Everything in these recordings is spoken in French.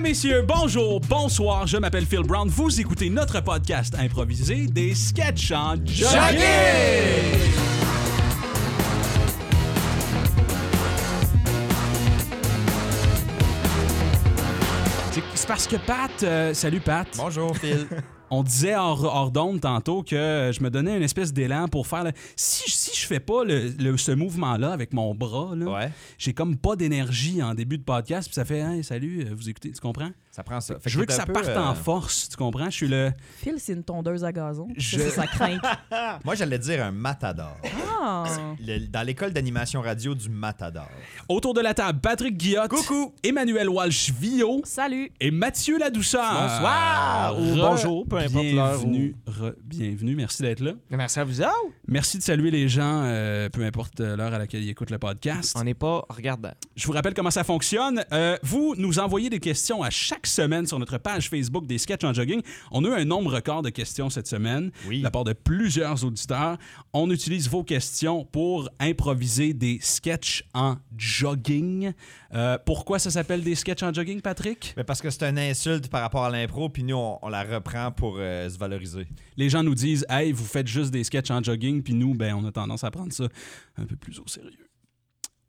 messieurs, bonjour, bonsoir, je m'appelle Phil Brown, vous écoutez notre podcast improvisé des sketchs en jogging! C'est c'est parce que Pat, euh, salut Pat, Bonjour Phil. on disait hors, hors d'onde tantôt que euh, je me donnais une espèce d'élan pour faire... le- Si, si je fais pas le- le- ce mouvement-là avec mon bras, là, Ouais. j'ai comme pas d'énergie en début de podcast, puis ça fait Hey, salut, euh, vous écoutez, tu comprends? Ça prend ça. Fait je veux que t'es un ça peu, parte euh, en force, tu comprends? Je suis le. Phil, c'est une tondeuse à gazon. Je- Ça, c'est sa crainte. Moi, j'allais dire un matador. Ah! Le- dans l'école d'animation radio du matador. Autour de la table, Patrick Guillotte, Coucou. Emmanuel Walsh-Vio Salut! et Mathieu Ladouceur. Bonsoir, ou Re- bonjour, peu importe l'heure Bienvenue, re- bienvenue, merci d'être là. Merci à vous autres. Merci de saluer les gens, euh, peu importe euh, l'heure à laquelle ils écoutent le podcast. On n'est pas regardant. Je vous rappelle comment ça fonctionne. Euh, vous nous envoyez des questions à chaque semaine sur notre page Facebook des Sketchs en Jogging. On a eu un nombre record de questions cette semaine Oui. de la part de plusieurs auditeurs. On utilise vos questions pour improviser des sketchs en jogging. Euh, pourquoi ça s'appelle des sketchs en jogging, Patrick? Mais parce que c'est une insulte par rapport à l'impro, puis nous, on, on la reprend pour euh, se valoriser. Les gens nous disent « Hey, vous faites juste des sketchs en jogging », puis nous, ben, on a tendance à prendre ça un peu plus au sérieux.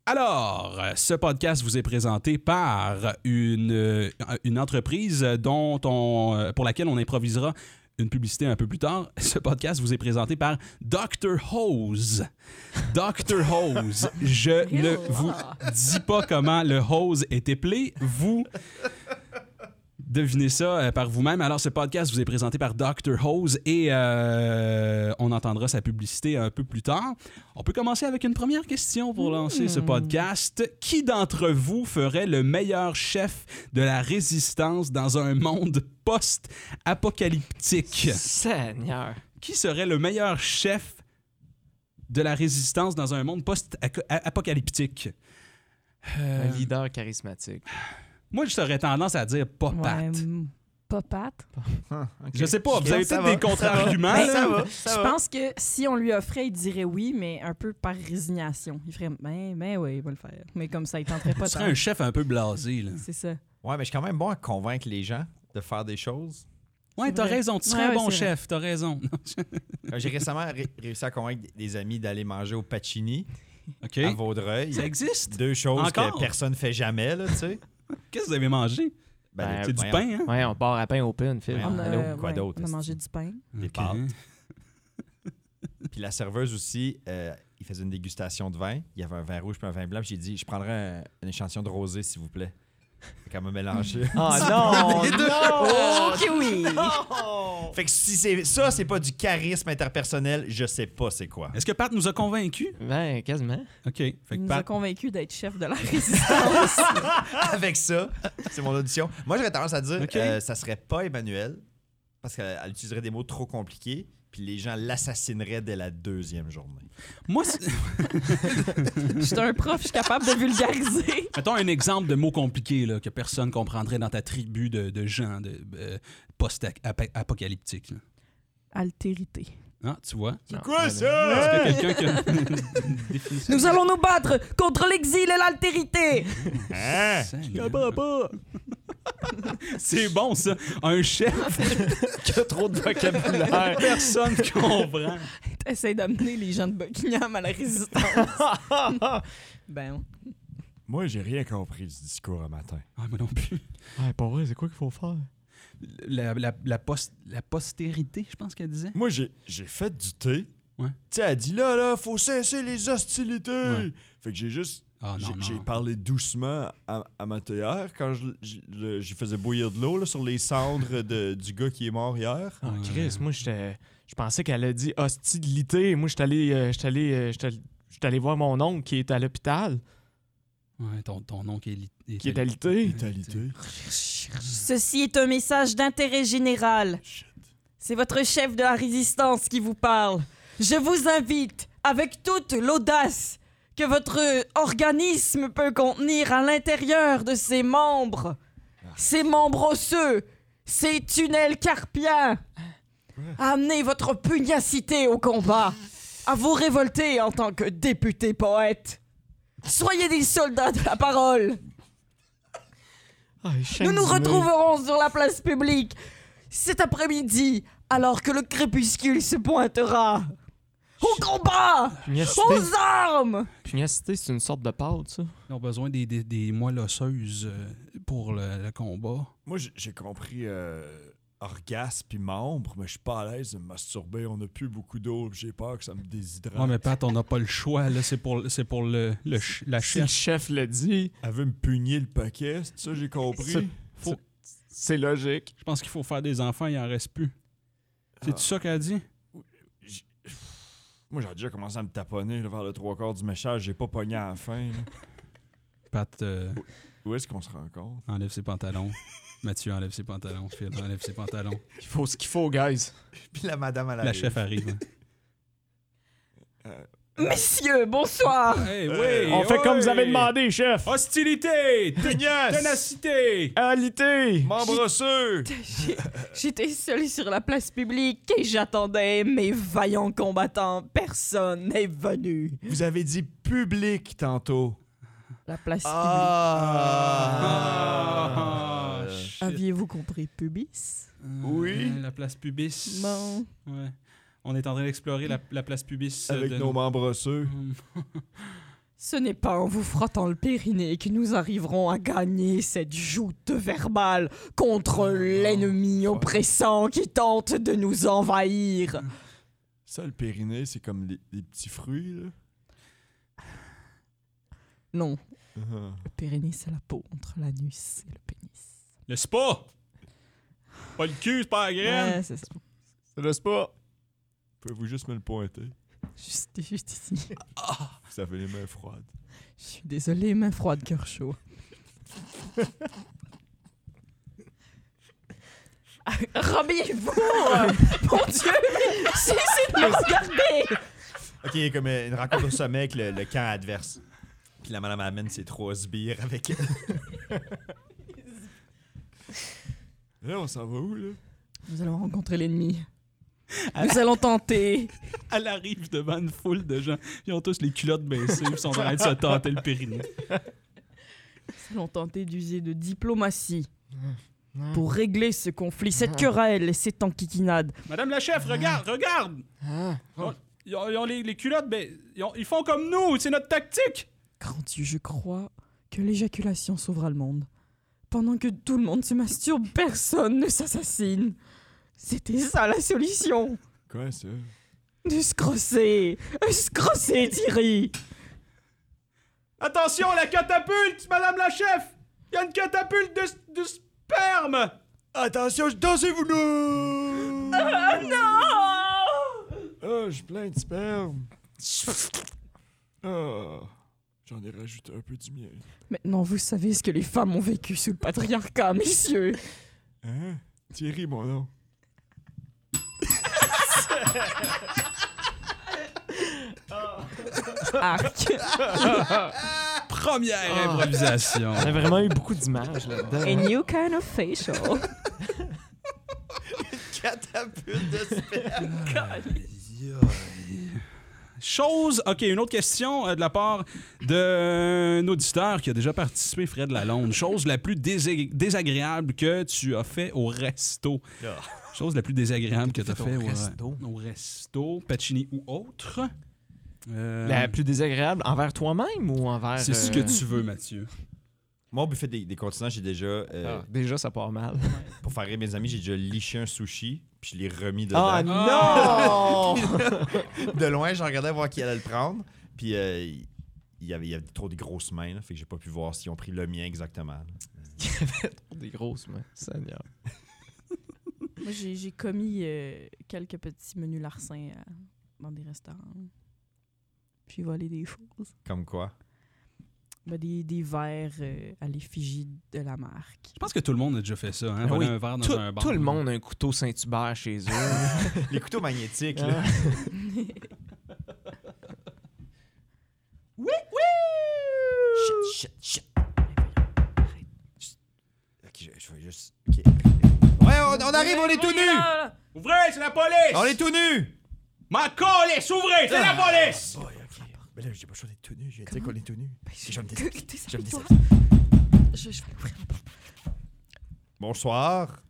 Alors, euh, ce podcast vous est présenté par une, euh, une entreprise dont on, euh, pour laquelle on improvisera une publicité un peu plus tard. Ce podcast vous est présenté par Dr. Hose. Dr. Hose. Je ne vous dis pas comment le hose est éplé. Vous devinez ça euh, par vous-même. Alors, ce podcast vous est présenté par Dr. Hose et euh, on entendra sa publicité un peu plus tard. On peut commencer avec une première question Hmm. pour lancer ce podcast. Qui d'entre vous ferait le meilleur chef de la résistance dans un monde post-apocalyptique? Seigneur. Qui serait le meilleur chef de la résistance dans un monde post-apocalyptique? Euh. Un leader charismatique. Moi, j'aurais tendance à dire pas Pat. Ouais, mm, pas Pat. Je sais pas, vous avez Ça peut-être va, des contre-arguments. Ben, là. je pense que si on lui offrait, il dirait oui, mais un peu par résignation. Il ferait, ben, ben oui, il va le faire. Mais comme ça, il tenterait pas Tu serais un chef un peu blasé, là. C'est ça. Ouais, mais je suis quand même bon à convaincre les gens de faire des choses. Ouais, C'est t'as vrai. raison, tu serais Ouais, un ouais, bon c'est vrai. chef, t'as raison. Euh, J'ai récemment ré- réussi à convaincre des- des amis d'aller manger au Pacini OK. à Vaudreuil. Ça existe? Deux choses Encore? que personne ne fait jamais, là, tu sais. Qu'est-ce que vous avez mangé? Ben, des- C'est du Euh, voyons, pain, hein? Ouais, on part à pain au pin, Phil. Ouais, On allô, a, euh, quoi ouais, d'autre, on a est-ce mangé du pain. Des Ok. pâtes. Puis la serveuse aussi, euh, il faisait une dégustation de vin. Il y avait un vin rouge puis un vin blanc. Puis J'ai dit, je prendrais un, une échantillon de rosé, s'il vous plaît. Fait qu'elle m'a mélangé. Oh non! non! Ok, oui! fait que si c'est ça, c'est pas du charisme interpersonnel, je sais pas c'est quoi. Est-ce que Pat nous a convaincus? Ben, quasiment. OK. Fait que Il nous a Pat... convaincus d'être chef de la résistance. Avec ça, c'est mon audition. Moi, j'aurais tendance à dire, Ok. euh, ça serait pas Emmanuel, parce qu'elle elle utiliserait des mots trop compliqués, puis les gens l'assassineraient dès la deuxième journée. Moi, c'est- Je suis un prof, je suis capable de vulgariser. mettons un exemple de mot compliqué là, que personne comprendrait dans ta tribu de, de gens de, euh, post-apocalyptiques. là. Altérité. Ah, tu vois? C'est ça? Est-ce que quelqu'un qui a une définition? Nous allons nous battre contre l'exil et l'altérité! Hein? Seigneur. C'est bon, ça. Un chef Que trop de vocabulaire. personne comprend. Essaye d'amener les gens de Buckingham à la résistance. ben, Moi, j'ai rien compris du discours à matin. Ah, moi non plus. ouais, pas vrai, c'est quoi qu'il faut faire? La, la, la, post- la postérité, je pense qu'elle disait. Moi, j'ai j'ai fait du thé. Ouais. Tu sais, elle dit là, là, faut cesser les hostilités. Ouais. Fait que j'ai juste. Ah, non, j'ai- non. J'ai parlé doucement à, à ma théière quand je, je- le- j'y faisais bouillir de l'eau là, sur les cendres de- du gars qui est mort hier. Ah, Ouais. Chris, moi, j'étais. Je pensais qu'elle a dit hostilité. Moi, j'étais allé, euh, j'étais allé, euh, j'étais allé- j'étais allé voir mon oncle qui est à l'hôpital, Ouais, ton, ton nom qui est, li- qui est alité. Vitalité. Ceci est un message d'intérêt général. C'est votre chef de la résistance qui vous parle. Je vous invite, avec toute l'audace que votre organisme peut contenir à l'intérieur de ses membres, ses membres osseux, ses tunnels carpiens, à amener votre pugnacité au combat, à vous révolter en tant que député poète. Soyez des soldats de la parole. Ah, il chaîne Nous nous du mur. retrouverons sur la place publique cet après-midi, alors que le crépuscule se pointera. Au combat Pugnacité, Aux armes pugnacité, c'est une sorte de pâte, ça. Ils ont besoin des, des, des moelles osseuses euh, pour le, le combat. Moi, j- j'ai compris euh, orgasme puis membre, mais je suis pas à l'aise de me masturber. On n'a plus beaucoup d'eau. J'ai peur que ça me déshydrate. Ouais, mais Pat, on n'a pas le choix. Là, c'est pour, c'est pour le, le ch- la Si le chair. chef le dit, Elle veut me pugner le paquet. C'est ça, j'ai C'est- compris. Faut- c'est logique. Je pense qu'il faut faire des enfants, il en reste plus. C'est Ah. ça qu'elle a dit? J- Moi, j'ai déjà commencé à me taponner là, vers le trois quarts du méchage. J'ai pas pogné à la fin. là. Pat euh, Où est-ce qu'on se rencontre? enlève ses pantalons. Mathieu enlève ses pantalons. Phil enlève ses pantalons. Il faut ce qu'il faut, guys. Puis la madame à La chef arrive. hein. Messieurs, bonsoir Hey, oh, ouais, On fait comme vous avez demandé, chef. Hostilité! Ténacité! Alité! Membre osseux! J'ai- J'étais seul sur la place publique et j'attendais mes vaillants combattants. Personne n'est venu. Vous avez dit public tantôt. La place Ah! Ah, shit. publique. Aviez-vous compris pubis Euh, Oui. La place pubis. Bon. Ouais. On est en train d'explorer la, la place pubis. euh, Avec de nos membres osseux. Hum. Ce n'est pas en vous frottant le périnée que nous arriverons à gagner cette joute verbale contre l'ennemi oppressant qui tente de nous envahir. Ça, le périnée, c'est comme les, les petits fruits, là. Non, Ah. le périnée, c'est la peau entre l'anus et le pénis. Le spa! Pas le cul, c'est pas la graine! Ouais, c'est ça. Ça laisse pas. Pouvez-vous juste me le pointer? Juste, juste ici. Vous avez les mains froides. Je suis désolée, main froide, cœur chaud. Rhabillez-vous! Ah, euh, Mon Dieu! Cessez de me regarder! Ok, il y a comme euh, une rencontre au sommet avec le, le camp adverse. Puis la madame amène ses trois sbires avec elle. là, Eh, on s'en va où, là? Nous allons rencontrer l'ennemi. Nous allons tenter. Elle arrive devant une foule de gens. Ils ont tous les culottes baissées. Ils sont en train de se tenter le périnée. Nous allons tenter d'user de diplomatie pour régler ce conflit, cette querelle et cette enquiquinade. Madame la chef, regarde, regarde! Ah. Ils ont, ils ont les, les culottes, mais ils, ont- ils font comme nous! C'est notre tactique! Grand Dieu, je crois que l'éjaculation sauvera le monde. Pendant que tout le monde se masturbe, personne ne s'assassine. C'était ça la solution. Quoi, ça? De se crosser. De se crosser, Thierry. Attention, la catapulte, madame la chef! Il y a une catapulte de, de sperme! Attention, dansez-vous-nous! Ah non Ah, j'ai plein de sperme. Ah, j'en ai rajouté un peu du mien. Maintenant, vous savez ce que les femmes ont vécu sous le patriarcat, messieurs. Hein? Thierry, mon nom. Arc. Première Ah. improvisation. On a vraiment eu beaucoup d'images là-dedans. new kind of facial. Catapulte de sperme. Chose, ok, une autre question euh, de la part d'un auditeur qui a déjà participé, Fred Lalonde. Chose la plus désé- désagréable que tu as fait au resto. Ah. Chose la plus désagréable que tu as fait fait au au resto? Au resto, Pacini ou autre. Euh, La plus désagréable envers toi-même ou envers. c'est ce euh, que tu veux, Mathieu. Moi, au buffet des, des continents, j'ai déjà. euh, Ah, déjà, ça part mal. Pour faire rire mes amis, j'ai déjà liché un sushi, puis je l'ai remis dedans. Ah Ah. non! de loin, je regardais voir qui allait le prendre. Puis euh, il y avait, il y avait trop de grosses mains, là, fait que j'ai pas pu voir s'ils ont pris le mien exactement. Des grosses mains, Seigneur. Moi, j'ai j'ai commis euh, quelques petits menus larcins euh, dans des restaurants. Puis volé des choses. Comme quoi. Ben, des, des verres euh, à l'effigie de la marque. Je pense que tout le monde a déjà fait ça, hein? Ah voler oui, un verre dans Tout, un bar. tout le monde a un couteau Saint-Hubert chez eux. Les couteaux magnétiques, là. là. Chut, chut, chut. Ah, Chut. Ah. Ok, je, je vais juste. ok. Ouais, on, on arrive, on est tout nus! Ouvrez, c'est la police! On est tout nus! Ah, Ma colisse, ouvrez, c'est la Ah. police! Boy, ok. Mais là, j'ai pas le choix d'être tout ben, nu. Je viens de dire qu'on est tout nu. Je vais me dé- Tes je vais me habits, dé- toi. Je, je vais l'ouvrir. Bonsoir.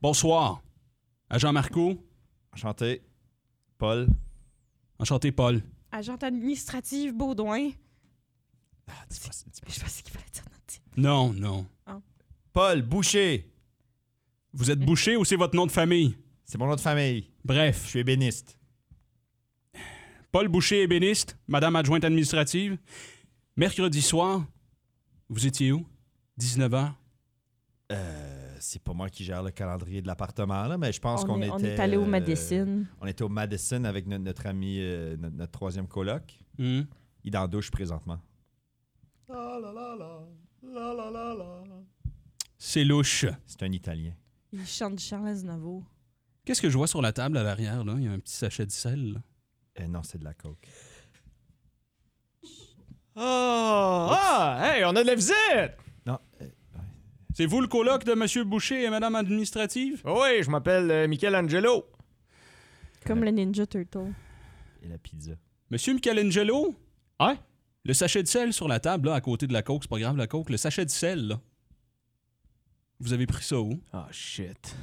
Bonsoir. À Jean-Marco, Enchanté. Paul. enchanté Paul. Agente administrative Baudouin. Ah, dis pas- dis pas- Je pensais qu'il fallait dire notre titre. Non, non. Paul Boucher. Vous êtes bouché ou c'est votre nom de famille? C'est mon nom de famille. Je Bref, suis ébéniste. Paul Boucher, ébéniste, madame adjointe administrative. Mercredi soir, vous étiez où? 19h. Euh, c'est pas moi qui gère le calendrier de l'appartement, là, mais je pense qu'on on, est, était. on est allé au euh, Madison. on était au Madison avec notre, notre ami, euh, notre, notre troisième coloc. Hmm. Il est en douche présentement. C'est louche. C'est un Italien. Il chante Charles Aznavour. Qu'est-ce que je vois sur la table à l'arrière, là? Il y a un petit sachet de sel. là. Euh, non, c'est de la coke. Ah! Ah! Hey, on a de la visite! Non, euh, C'est vous le coloc de Monsieur Boucher et Madame Administrative? Oui, je m'appelle euh, Michelangelo. Comme le Ninja Turtle. et la pizza. Monsieur Michelangelo? Ouais? Le sachet de sel sur la table, là, à côté de la coke, c'est pas grave, la coke. Le sachet de sel, là. Vous avez pris ça où? Ah, shit.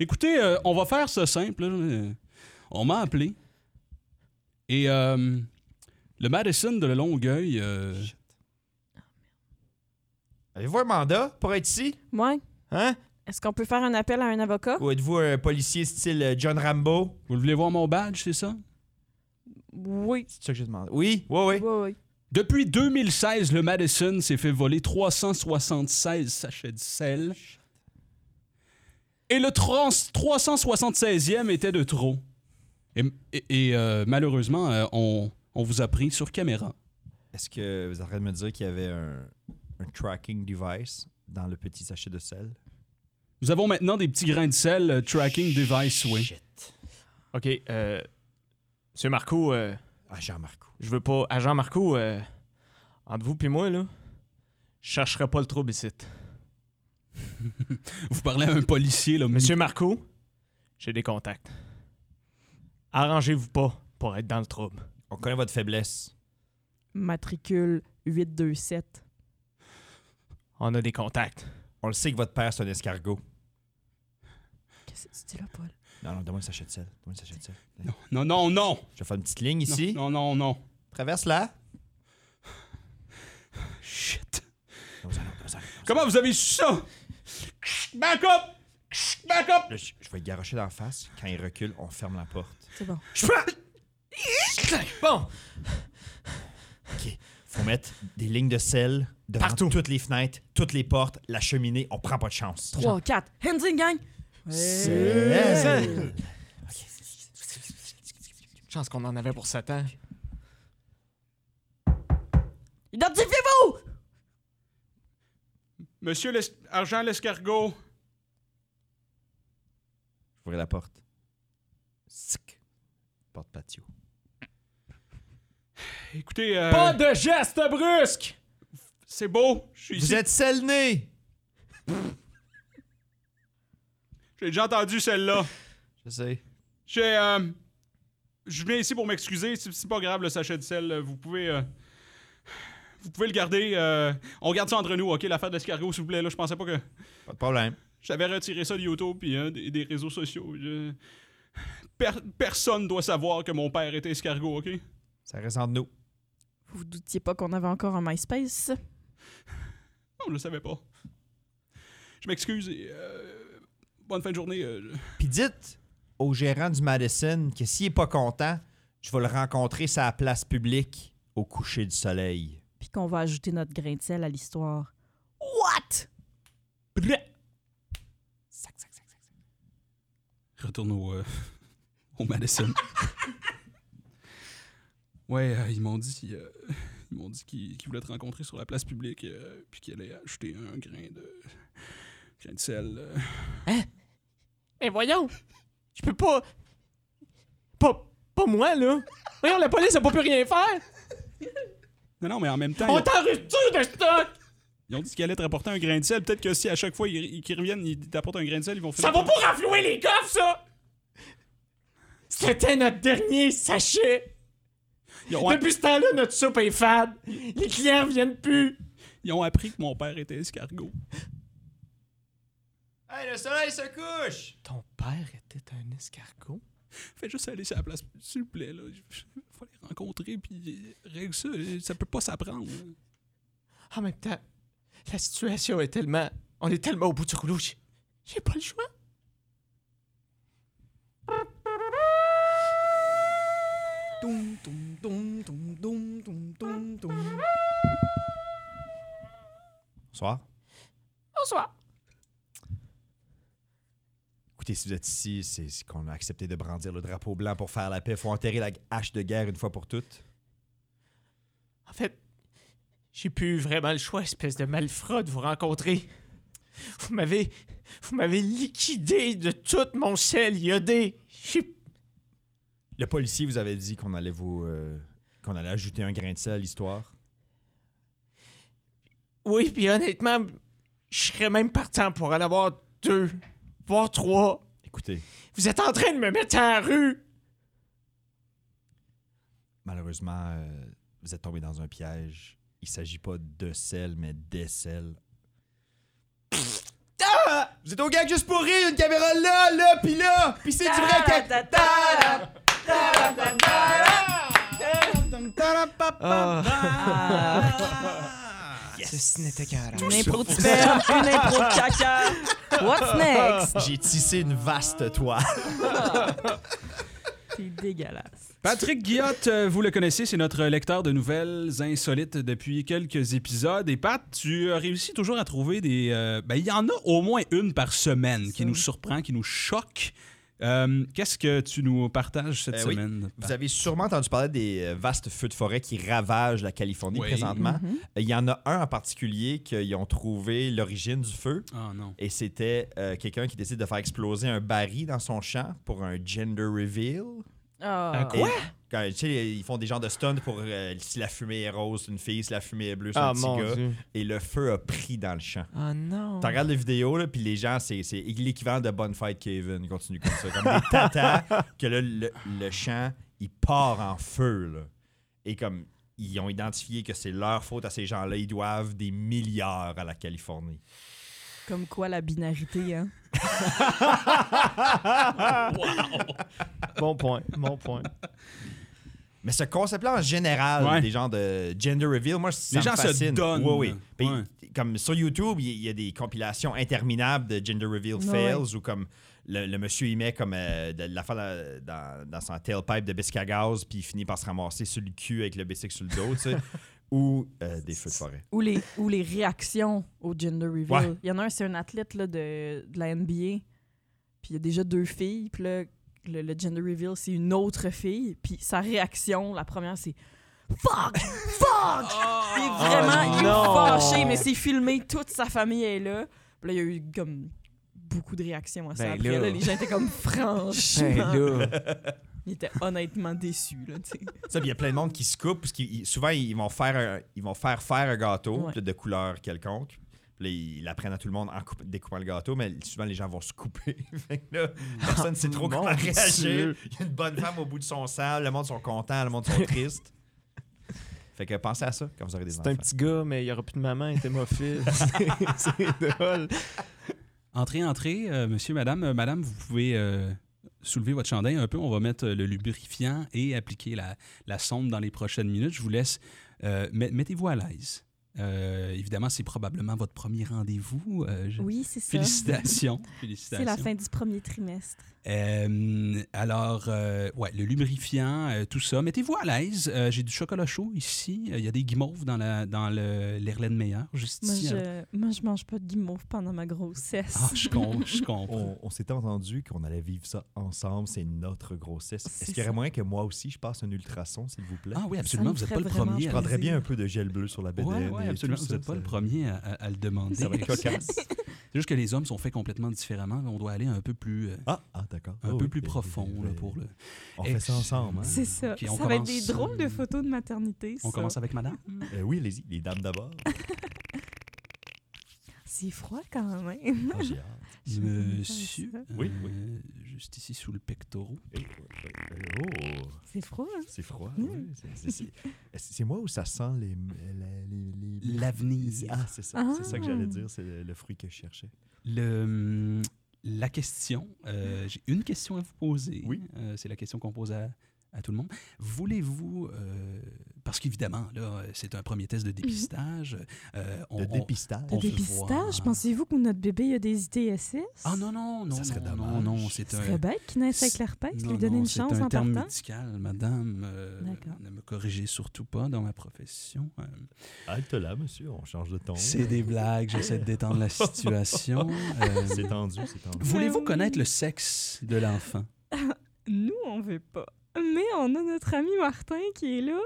Écoutez, euh, on va faire ça simple. là. Euh, On m'a appelé. Et euh, le Madison de Longueuil, euh, Avez-vous un mandat pour être ici? Ouais. Hein? Est-ce qu'on peut faire un appel à un avocat? Ou êtes-vous un policier style euh, John Rambo? vous voulez voir mon badge, c'est ça? Oui. C'est ça que j'ai demandé. Oui, oui, oui. Oui, oui. Depuis 2016, le Madison s'est fait voler 376 sachets de sel. Et le trans 376e était de trop. Et, et- et, euh, malheureusement, euh, on, on vous a pris sur caméra. Est-ce que vous êtes en train de me dire qu'il y avait un, un tracking device dans le petit sachet de sel? Nous avons maintenant des petits grains de sel euh, tracking device, oui. Shit. OK, euh. Monsieur Marco, euh, Ah, Jean-Marco. je veux pas. Agent Marco, euh, entre vous puis moi, là, je chercherai pas le trouble ici. Vous parlez à un policier, là. Monsieur Marco, j'ai des contacts. Arrangez-vous pas pour être dans le trouble. On connaît votre faiblesse. Matricule 827. On a des contacts. On le sait que votre père, c'est un escargot. Qu'est-ce que tu dis là, Paul? Non, non, donne-moi le sachet de sel. Donne-moi le sachet de sel. Non, non, non! Je vais faire une petite ligne ici. Non, non, non. Traverse là. Shit. Donne-moi ça, donne-moi ça. Comment vous avez su ça? Back up! Back up! Là, je, je vais le garrocher d'en face. Quand il recule, on ferme la porte. C'est bon. Bon, Faut mettre des lignes de sel devant Partout. toutes les fenêtres, toutes les portes, la cheminée. On prend pas de chance. 3, 4. Hands in, gang! Sel. chance qu'on en avait pour 7 ans. Identifiez-vous! Monsieur l'es- Argent l'escargot. Ouvrez la porte. Sic. Porte patio. Écoutez, euh, Pas de geste brusque! c'est beau. Je suis Vous ici. êtes sel-né! J'ai déjà entendu celle-là. Je sais. J'ai. euh, Je viens ici pour m'excuser. C'est c'est pas grave le sachet de sel. Vous pouvez. euh, Vous pouvez le garder. euh, On garde ça entre nous, ok? L'affaire d'escargot, s'il vous plaît. Là, je pensais pas que. Pas de problème. J'avais retiré ça de YouTube puis hein, des, des réseaux sociaux. Je- Per- personne doit savoir que mon père était escargot, ok? Ça reste entre nous. Vous vous doutiez pas qu'on avait encore un MySpace? On ne le savait pas. Je m'excuse et. euh, Bonne fin de journée. euh, je- Puis dites au gérant du Madison que s'il est pas content, je vais le rencontrer sur la place publique au coucher du soleil. Puis qu'on va ajouter notre grain de sel à l'histoire. What? Retourne au, euh, au Madison. ouais, euh, ils m'ont dit, euh, ils m'ont dit qu'ils qu'ils voulaient te rencontrer sur la place publique, euh, puis qu'ils allaient acheter un grain de, grain de sel. euh. Mais voyons! Je peux pas. Pas. Pas moi, là! Voyons, la police a pas pu rien faire! Non, non, mais en même temps, On ils, t'enregistre de stock! ils ont dit qu'ils allaient te rapporter un grain de sel. Peut-être que si à chaque fois ils, qu'ils reviennent, ils t'apportent un grain de sel, ils vont faire. Ça va pas renflouer les coffres, ça! C'était notre dernier sachet! Ils ont, app- Depuis ce temps-là, notre soupe est fade! Les clients viennent plus! ils ont appris que mon père était escargot. Hey, le soleil se couche! Ton père était un escargot? Fais juste aller sur la place, s'il vous plaît. Là. Faut les rencontrer, puis règle ça. Ça peut pas s'apprendre. hein. là. Ah, En même temps, la situation est tellement. On est tellement au bout du rouleau, j'ai, j'ai pas le choix. Dum, dum, dum, dum, dum, dum, dum, dum. Bonsoir. Bonsoir. Écoutez, si vous êtes ici, c'est c'est qu'on a accepté de brandir le drapeau blanc pour faire la paix. Faut enterrer la hache de guerre une fois pour toutes. En fait, j'ai plus vraiment le choix, espèce de malfrat de vous rencontrer. Vous m'avez. Vous m'avez liquidé de tout mon sel iodé. J'ai- Le policier vous avait dit qu'on allait vous... euh, qu'on allait ajouter un grain de sel à l'histoire. Oui, puis honnêtement, je serais même partant pour en avoir deux, voire trois. Écoutez, Vous êtes en train de me mettre en rue. malheureusement, euh, vous êtes tombé dans un piège. Il s'agit pas de sel, mais d'essel. Ah! Vous êtes au gag juste pour rire, une caméra là, là, pis là! Pis c'est du vrai caca! Ah, Ceci n'était qu'un rêve. Une impro de sperme, une impro de caca. What's next? J'ai tissé une vaste toile. C'est dégueulasse. Patrick Guillotte, euh, vous le connaissez, c'est notre lecteur de nouvelles insolites depuis quelques épisodes. Et Pat, tu as réussi toujours à trouver des... euh, ben, il y en a au moins une par semaine qui nous surprend, qui nous choque. Euh, Qu'est-ce que tu nous partages cette Euh, oui. semaine? Pat? Vous avez sûrement entendu parler des euh, vastes feux de forêt qui ravagent la Californie Oui. présentement. Mhm. Euh, Il y en a un en particulier qu'ils ont trouvé l'origine du feu. Oh non. Et c'était euh, quelqu'un qui décide de faire exploser un baril dans son champ pour un gender reveal. Ah. quoi? Et quand- tu sais, ils font des genres de stun pour euh, si la fumée est rose, c'est une fille, si la fumée est bleue, c'est un Ah petit mon gars. dieu. Et le feu a pris dans le champ. Ah non. T'en regardes les vidéos, là, puis les gens, c'est c'est l'équivalent de Bonne Fight Kevin. Continue comme ça. Comme des tatas, que là, le, le champ, il part en feu, là. Et comme, ils ont identifié que c'est leur faute à ces gens-là, ils doivent des milliards à la Californie. Comme quoi la binarité, hein? Bon point, bon point. Mais ce concept-là, en général, Ouais. des genres de gender reveal, moi, ça Les me gens se fascine. donnent. Oui, oui. Puis, Ouais. Comme sur YouTube, il y, il y a des compilations interminables de gender reveal fails ou comme le, le monsieur, il met comme euh, de la fin dans, dans- dans son tailpipe de biscuit à gaz puis il finit par se ramasser sur le cul avec le bicycle sur le dos, tu sais. ou euh, des feux de forêt. Ou les, ou les réactions au gender reveal. Ouais. Il y en a un, c'est un athlète là, de, de la NBA. Puis il y a déjà deux filles. Puis là, le, le gender reveal, c'est une autre fille. Puis sa réaction, la première, c'est Fuck! Fuck! Il est vraiment il est Oh. non! fâché, mais c'est filmé, toute sa famille est là. Puis là, il y a eu comme beaucoup de réactions à ça. Ben Après, là. Ben là, les gens étaient comme franchement. là. Ils étaient honnêtement déçus. Là, tu sais. Ça, puis il y a plein de monde qui se coupe parce qu'ils ils- souvent ils vont faire un- ils vont faire faire un gâteau Ouais. de couleur quelconque. Puis là, ils l'apprennent à tout le monde en coupe- découpant le gâteau, mais souvent les gens vont se couper. Fait que là, Ah, personne ne sait trop comment Mon réagir. Dieu. Il y a une bonne femme au bout de son sang, le monde sont contents, le monde sont tristes. Fait que pensez à ça quand vous aurez des C'est enfants. un petit gars, mais il n'y aura plus de maman, il est hémophile. C'est- c'est drôle. Entrez, entrez, euh, monsieur, madame. Euh, madame, vous pouvez euh, soulever votre chandail un peu. On va mettre euh, le lubrifiant et appliquer la, la sonde dans les prochaines minutes. Je vous laisse. euh, met- Mettez-vous à l'aise. Euh, évidemment, c'est probablement votre premier rendez-vous. Euh, je- Oui, c'est ça. Félicitations. C'est Félicitations. la fin du premier trimestre. Euh, alors, euh, ouais, le lubrifiant, euh, tout ça. Mettez-vous à l'aise. Euh, J'ai du chocolat chaud ici. Euh, Il y a des guimauves dans la dans le- l'Erlaine Meyer, juste Moi ici. à- je, moi, je mange pas de guimauve pendant ma grossesse. Ah, je, com- je comprends. On, on s'était entendu qu'on allait vivre ça ensemble, c'est notre grossesse. C'est Est-ce qu'il y aurait ça. moyen que moi aussi je passe un ultrason, s'il vous plaît? Ah oui, absolument. me Vous n'êtes ferait pas le vraiment premier. je à- prendrais bien un peu de gel bleu sur la Oui, BDN. et tout absolument. Vous ça, n'êtes pas ça- le premier à, à- à le demander. Ça va être cocasse. C'est juste que les hommes sont faits complètement différemment. On doit aller un peu plus, euh, Ah, ah, d'accord. un Oh peu oui, plus ben, profond ben, là, ben, pour le. On fait ça ensemble. hein? C'est ça. Puis ça on va être des commence- euh, drôles de photos de maternité. On ça. Eh commence avec madame. Euh, oui, allez-y, les dames d'abord. C'est froid quand même. hein. Ah, j'ai hâte. Monsieur. Oui, euh, oui. juste ici sous le pectoral. Eh, eh, oh, C'est froid, hein? c'est froid. oui. C'est- c'est- c'est- eh, C'est c'est moi où ça sent les. la- les- les- L'avenir. Ah, c'est ça. C'est ça que j'allais Ah. dire. C'est le, le fruit que je cherchais. Le, hum, la question, euh, j'ai une question à vous poser. Oui. Euh, c'est la question qu'on pose à, à tout le monde. Voulez-vous, euh, parce qu'évidemment, là, c'est un premier test de dépistage. euh, on- Le on- dépistage. on De se dépistage, voit. pensez-vous que notre bébé a des ITSS? Ah non, non, non, Ça serait non, non, dommage. non, c'est Ce un... serait bête qu'il naisse avec l'herpès, Non, lui donner non, une c'est chance un en terme partant. médical, madame. euh, D'accord. ne me corrigez surtout pas dans ma profession. euh, Halte là, monsieur. On change de ton. c'est des blagues, j'essaie de détendre la situation. euh, C'est tendu, c'est tendu. Voulez-vous Ben Oui. connaître le sexe de l'enfant? Nous, on veut pas. Mais on a notre ami Martin qui est là.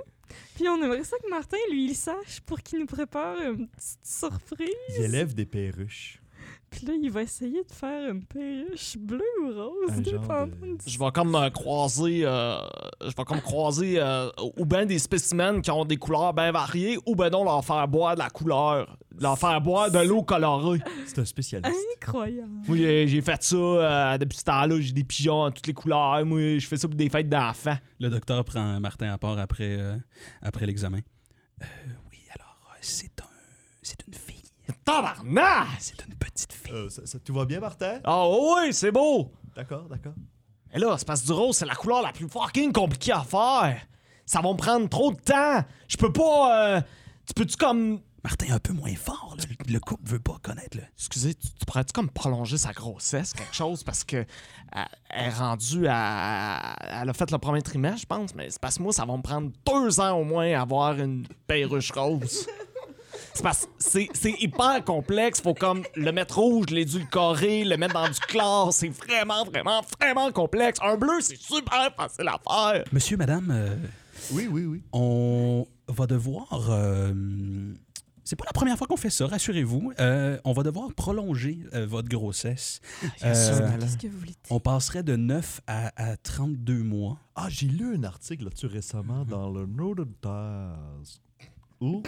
Puis on aimerait ça que Martin, lui, il sache pour qu'il nous prépare une petite surprise. Il élève des perruches. Puis là, il va essayer de faire une perruche bleue ou rose, Un genre dépendant de- du- Je vais comme euh, croiser, euh, je vais comme croiser euh, ou bien des spécimens qui ont des couleurs bien variées, ou ben non leur faire boire de la couleur, leur faire boire de l'eau colorée. C'est un spécialiste. Incroyable. Moi, j'ai j'ai fait ça euh, depuis ce temps-là, j'ai des pigeons en toutes les couleurs. Moi, je fais ça pour des fêtes d'enfants. Le docteur prend Martin à part après, euh, après l'examen. Euh, oui, alors, euh, c'est un, c'est une fille. Tabarnak! C'est une petite fille. Euh, ça- ça- tout va bien, Martin? Ah oui, c'est beau! D'accord, d'accord. Et là, c'est parce que du rose, c'est la couleur la plus fucking compliquée à faire. Ça va me prendre trop de temps. Je peux pas. euh, tu peux-tu comme. Martin, un peu moins fort. là. Le- Le couple veut pas connaître. là. Excusez, tu, tu pourrais-tu comme prolonger sa grossesse, quelque chose, parce que euh, elle est rendue à. Elle a fait le premier trimestre, je pense, mais c'est parce que moi, ça va me prendre deux ans au moins à avoir une perruche rose. C'est parce que c'est c'est hyper complexe. Faut comme le mettre rouge, l'édulcorer, le mettre dans du chlore. C'est vraiment, vraiment, vraiment complexe. Un bleu, c'est super facile à faire. Monsieur, madame, euh, Oui, oui, oui. on va devoir. euh, c'est pas la première fois qu'on fait ça, rassurez-vous. Euh, on va devoir prolonger euh, votre grossesse. Il y a ça, Euh, mais là- Qu'est-ce que vous voulez dire? On passerait de 9 à, à 32 mois. Ah, j'ai lu un article là-dessus récemment dans le Northern Times. Ou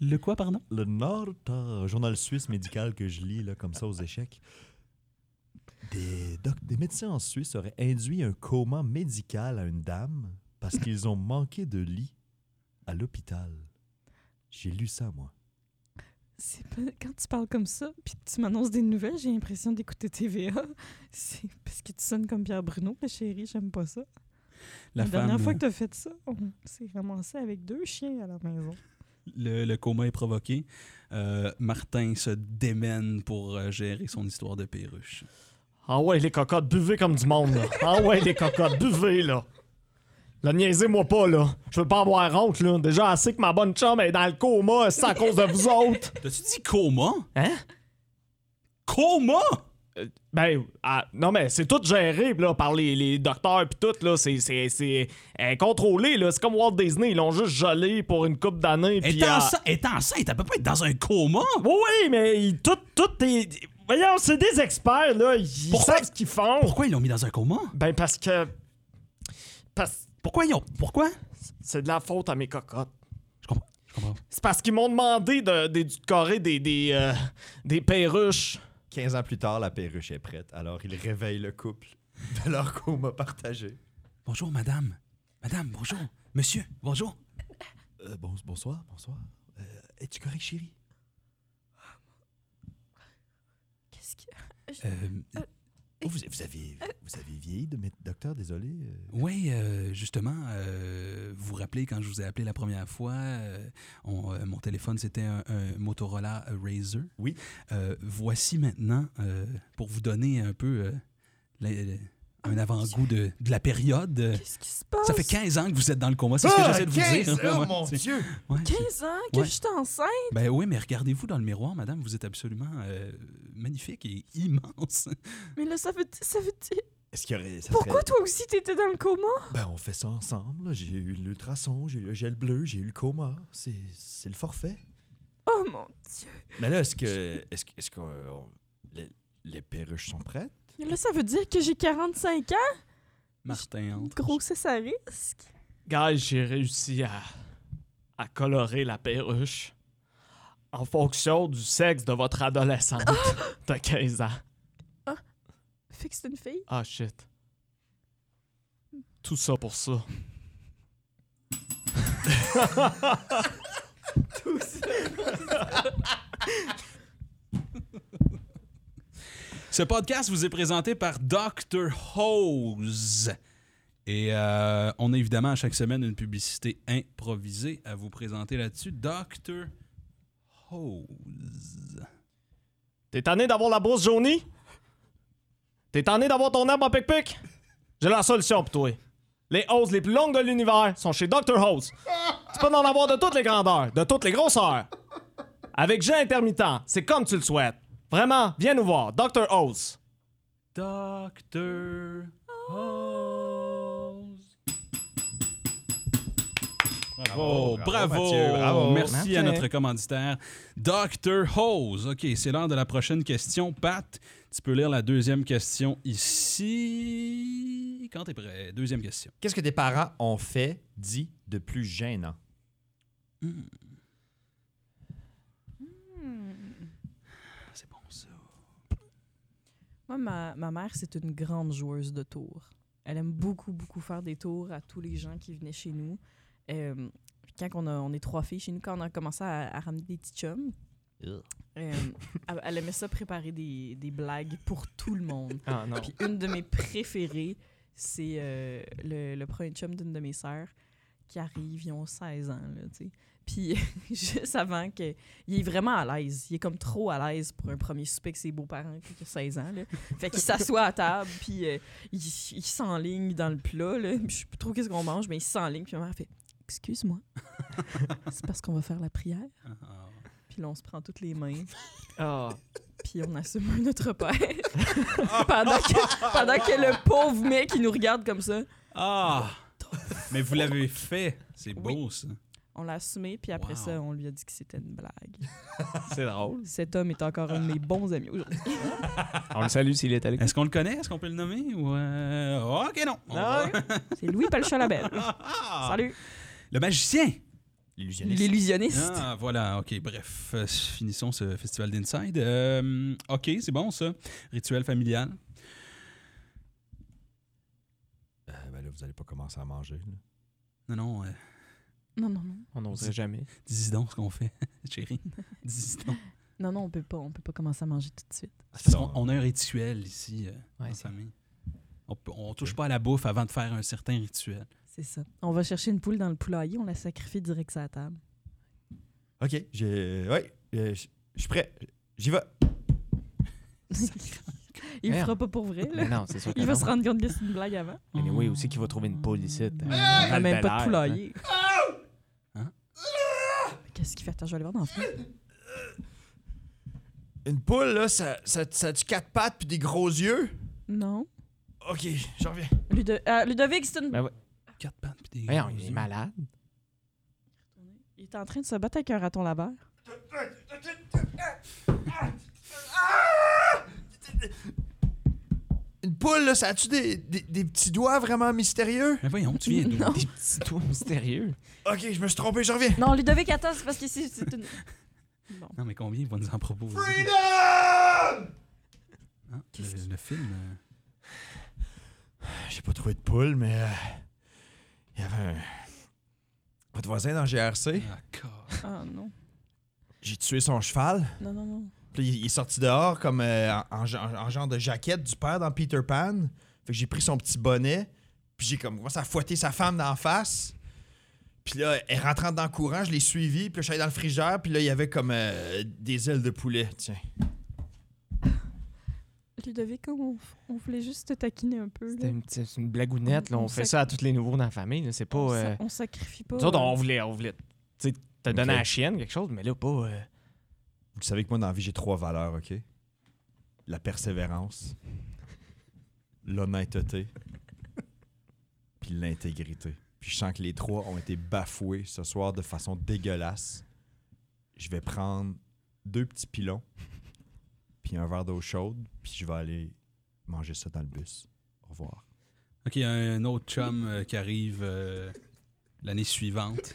Le quoi, pardon? le Northern Times, journal suisse médical que je lis là, comme ça aux échecs. Des, doc- des médecins en Suisse auraient induit un coma médical à une dame parce qu'ils ont manqué de lit à l'hôpital. J'ai lu ça, moi. C'est pas- Quand tu parles comme ça, puis que tu m'annonces des nouvelles, j'ai l'impression d'écouter TVA. C'est parce que tu sonnes comme Pierre Bruno, la chérie, j'aime pas ça. La, dernière fois que tu as fait ça, on s'est ramassé avec deux chiens à la maison. Le, le coma est provoqué. Euh, Martin se démène pour euh, gérer son histoire de perruche. Ah ouais, les cocottes, buvez comme du monde, là. Ah ouais, les cocottes, buvez, là. Là, niaisez-moi pas, là. Je veux pas avoir honte, là. Déjà, assez que ma bonne chum est dans le coma, c'est à cause de vous autres. T'as-tu dit coma? Hein? Coma? Ben, ah, non, mais c'est tout géré, là, par les, les docteurs pis tout, là. C'est, c'est, c'est euh, contrôlé, là. C'est comme Walt Disney, ils l'ont juste gelé pour une coupe d'années, Elle pis... est euh, enceinte, elle est enceinte, elle peut pas être dans un coma! Oui, oui, mais ils- tout, tout est... Voyons, c'est des experts, là. Ils Pourquoi- savent ce qu'ils font. Pourquoi ils l'ont mis dans un coma? Ben, parce que... Parce... Pourquoi ils ont. Pourquoi? C'est de la faute à mes cocottes. Je comprends. Je comprends. C'est parce qu'ils m'ont demandé de- d'édulcorer des, des, euh, des perruches. 15 ans plus tard, la perruche est prête, alors ils réveillent le couple de leur coma partagé. Bonjour, madame. Madame, bonjour. Monsieur, bonjour. Euh, bon- bonsoir, bonsoir. Euh, Es-tu correct, chérie? Qu'est-ce que. Euh, Oh, vous, vous avez, vous avez vieilli, de, mais docteur, désolé. euh, Oui, euh, justement, euh, vous vous rappelez quand je vous ai appelé la première fois, euh, on- euh, mon téléphone c'était un, un Motorola Razer. Oui. Euh, voici maintenant, euh, pour vous donner un peu euh, la- la- un avant-goût de, de la période. euh, Qu'est-ce qui se passe? Ça fait 15 ans que vous êtes dans le coma, c'est ce Ah, que j'essaie de vous dire. hein. Ouais, c'est- Oh, Dieu! ouais, c'est- 15 ans que Ouais. je suis enceinte. ben oui, mais regardez-vous dans le miroir, madame, vous êtes absolument euh, magnifique et immense. Mais là, ça veut dire. Ça veut dire... Est-ce qu'il y aurait. ça Pourquoi serait- toi aussi t'étais dans le coma? Ben, on fait ça ensemble. là. J'ai eu l'ultrason, j'ai eu le gel bleu, j'ai eu le coma. C'est c'est le forfait. Oh mon dieu. Mais là, est-ce que. Est-ce que- est-ce que. euh, on- les, les perruches sont prêtes? Mais là, ça veut dire que j'ai 45 ans? Martin entre. Grossesse à risque? Guys, j'ai réussi à, à colorer la perruche en fonction du sexe de votre adolescente de 15 ans. Fait que c'est une fille. Ah, shit. Tout ça pour ça. Ce podcast vous est présenté par Dr. Hose. Et euh, on a évidemment à chaque semaine une publicité improvisée à vous présenter là-dessus. Dr. Hose. T'es tanné d'avoir la bourse jaunie? T'es tanné d'avoir ton arbre en pic-pic? J'ai la solution pour toi. Les hoses les plus longues de l'univers sont chez Dr. Hose. Tu peux en avoir de toutes les grandeurs, de toutes les grosseurs. Avec jeu intermittent, c'est comme tu le souhaites. Vraiment, viens nous voir, Dr. Hose. Dr. Hose. Bravo, bravo, Mathieu, bravo. Merci à Parfait. notre commanditaire, Dr. Hose. OK, c'est l'heure de la prochaine question. Pat, tu peux lire la deuxième question ici. Quand t'es prêt, deuxième question. Qu'est-ce que tes parents ont fait, dit, de plus gênant? C'est bon, ça. Moi, ma, ma mère, c'est une grande joueuse de tours. Elle aime beaucoup, beaucoup faire des tours à tous les gens qui venaient chez nous. Euh, quand on, a- on est trois filles chez nous, quand on a commencé à, à ramener des petits chums, Ugh. euh, elle, elle aimait ça préparer des, des blagues pour tout le monde. Ah non. Puis une de mes préférées, c'est euh, le, le premier chum d'une de mes sœurs qui arrive, ils ont 16 ans, là, tu sais. Puis juste avant que... Il est vraiment à l'aise. Il est comme trop à l'aise pour un premier suspect que ses beaux-parents qui ont 16 ans, là. Fait qu'il s'assoit à table, puis euh, il, il s'enligne dans le plat, là. Je sais plus trop qu'est-ce qu'on mange, mais il s'enligne, puis ma mère fait « Excuse-moi, c'est parce qu'on va faire la prière? » Ah. Puis là, on se prend toutes les mains, Ah. puis on assume un autre père. pendant, que, pendant que le pauvre mec, il nous regarde comme ça. Ah! Mais vous l'avez fait. C'est Oui. beau, ça. On l'a assumé, puis après Wow. ça, on lui a dit que c'était une blague. C'est drôle. Cet homme est encore un de mes bons amis aujourd'hui. On le salue s'il est Ah, allé. Est-ce qu'on le connaît? Est-ce qu'on peut le nommer? Ou euh, OK, non. On va- C'est Louis Pelchalabel. Ah, Salut. Le magicien. L'illusionniste. L'illusionniste. Ah, voilà. OK, bref. Euh, finissons ce festival d'Inside. Euh, OK, c'est bon, ça. Rituel familial. Euh, ben là, vous allez pas commencer à manger. là. Non, non. euh, Non, non, non. On n'oserait jamais. dis donc ce qu'on fait, chérie. dis donc. Non, non, on peut pas. On peut pas commencer à manger tout de suite. Ah, Parce qu'on- on a un rituel ici, euh, Ouais, en c'est- famille. On, peut- on touche pas à la bouffe avant de faire un certain rituel. C'est ça. On va chercher une poule dans le poulailler, on la sacrifie direct sur la table. OK, j'ai... Ouais, euh, je je suis prêt. J'y vais. Il le Merde. fera pas pour vrai, là. Mais non, c'est sûr que Il va non. se rendre compte que c'est une blague avant. Mais oui, aussi qu'il va trouver une poule ici. On Ah, a même pas de poulailler. Hein? Qu'est-ce qu'il fait? Attends, je vais aller voir dans le fond. Une poule, là, ça, ça, ça a-tu quatre pattes puis des gros yeux? Non. OK, j'en reviens. Ludo- euh, Ludovic, c'est une Quatre pattes pis des. Voyons, il est malade. Il est en train de se battre avec un raton laveur. Une poule, là, ça a-tu des, des, des petits doigts vraiment mystérieux? Mais voyons, tu viens d'où? Non. Des petits doigts mystérieux. OK, je me suis trompé, je reviens. Non, Ludovic, attends, c'est parce que c'est c'est une... Bon. Non, mais combien ils vont nous en proposer? Freedom! Hein? Le, le film. euh, J'ai pas trouvé de poule, mais... euh, Il y avait un... Votre voisin dans GRC, Ah, car- Ah non. j'ai tué son cheval. Non, non, non. Puis il- il est sorti dehors comme euh, en, en- en genre de jaquette du père dans Peter Pan. Fait que j'ai pris son petit bonnet, puis j'ai comme commencé à fouetter sa femme d'en face. Puis là, elle rentrant dans le courant, je l'ai suivi, puis là, je suis allé dans le frigère, puis là, il y avait comme euh, des ailes de poulet, tiens. Ludovic, on, on voulait juste te taquiner un peu. C'était une, petite- c'est une blagounette, là. On On fait sac- ça à tous les nouveaux dans la famille. là. C'est pas. on, euh, sa- on sacrifie pas. Nous autres, euh, on voulait, on voulait tu sais, te donner Ok. à la chienne quelque chose, mais là, pas. euh, Vous savez que moi, dans la vie, j'ai trois valeurs, OK? La persévérance, l'honnêteté, puis l'intégrité. Puis je sens que les trois ont été bafoués ce soir de façon dégueulasse. Je vais prendre deux petits pilons, puis un verre d'eau chaude, puis je vais aller manger ça dans le bus. Au revoir. OK, un autre chum euh, qui arrive euh, l'année suivante.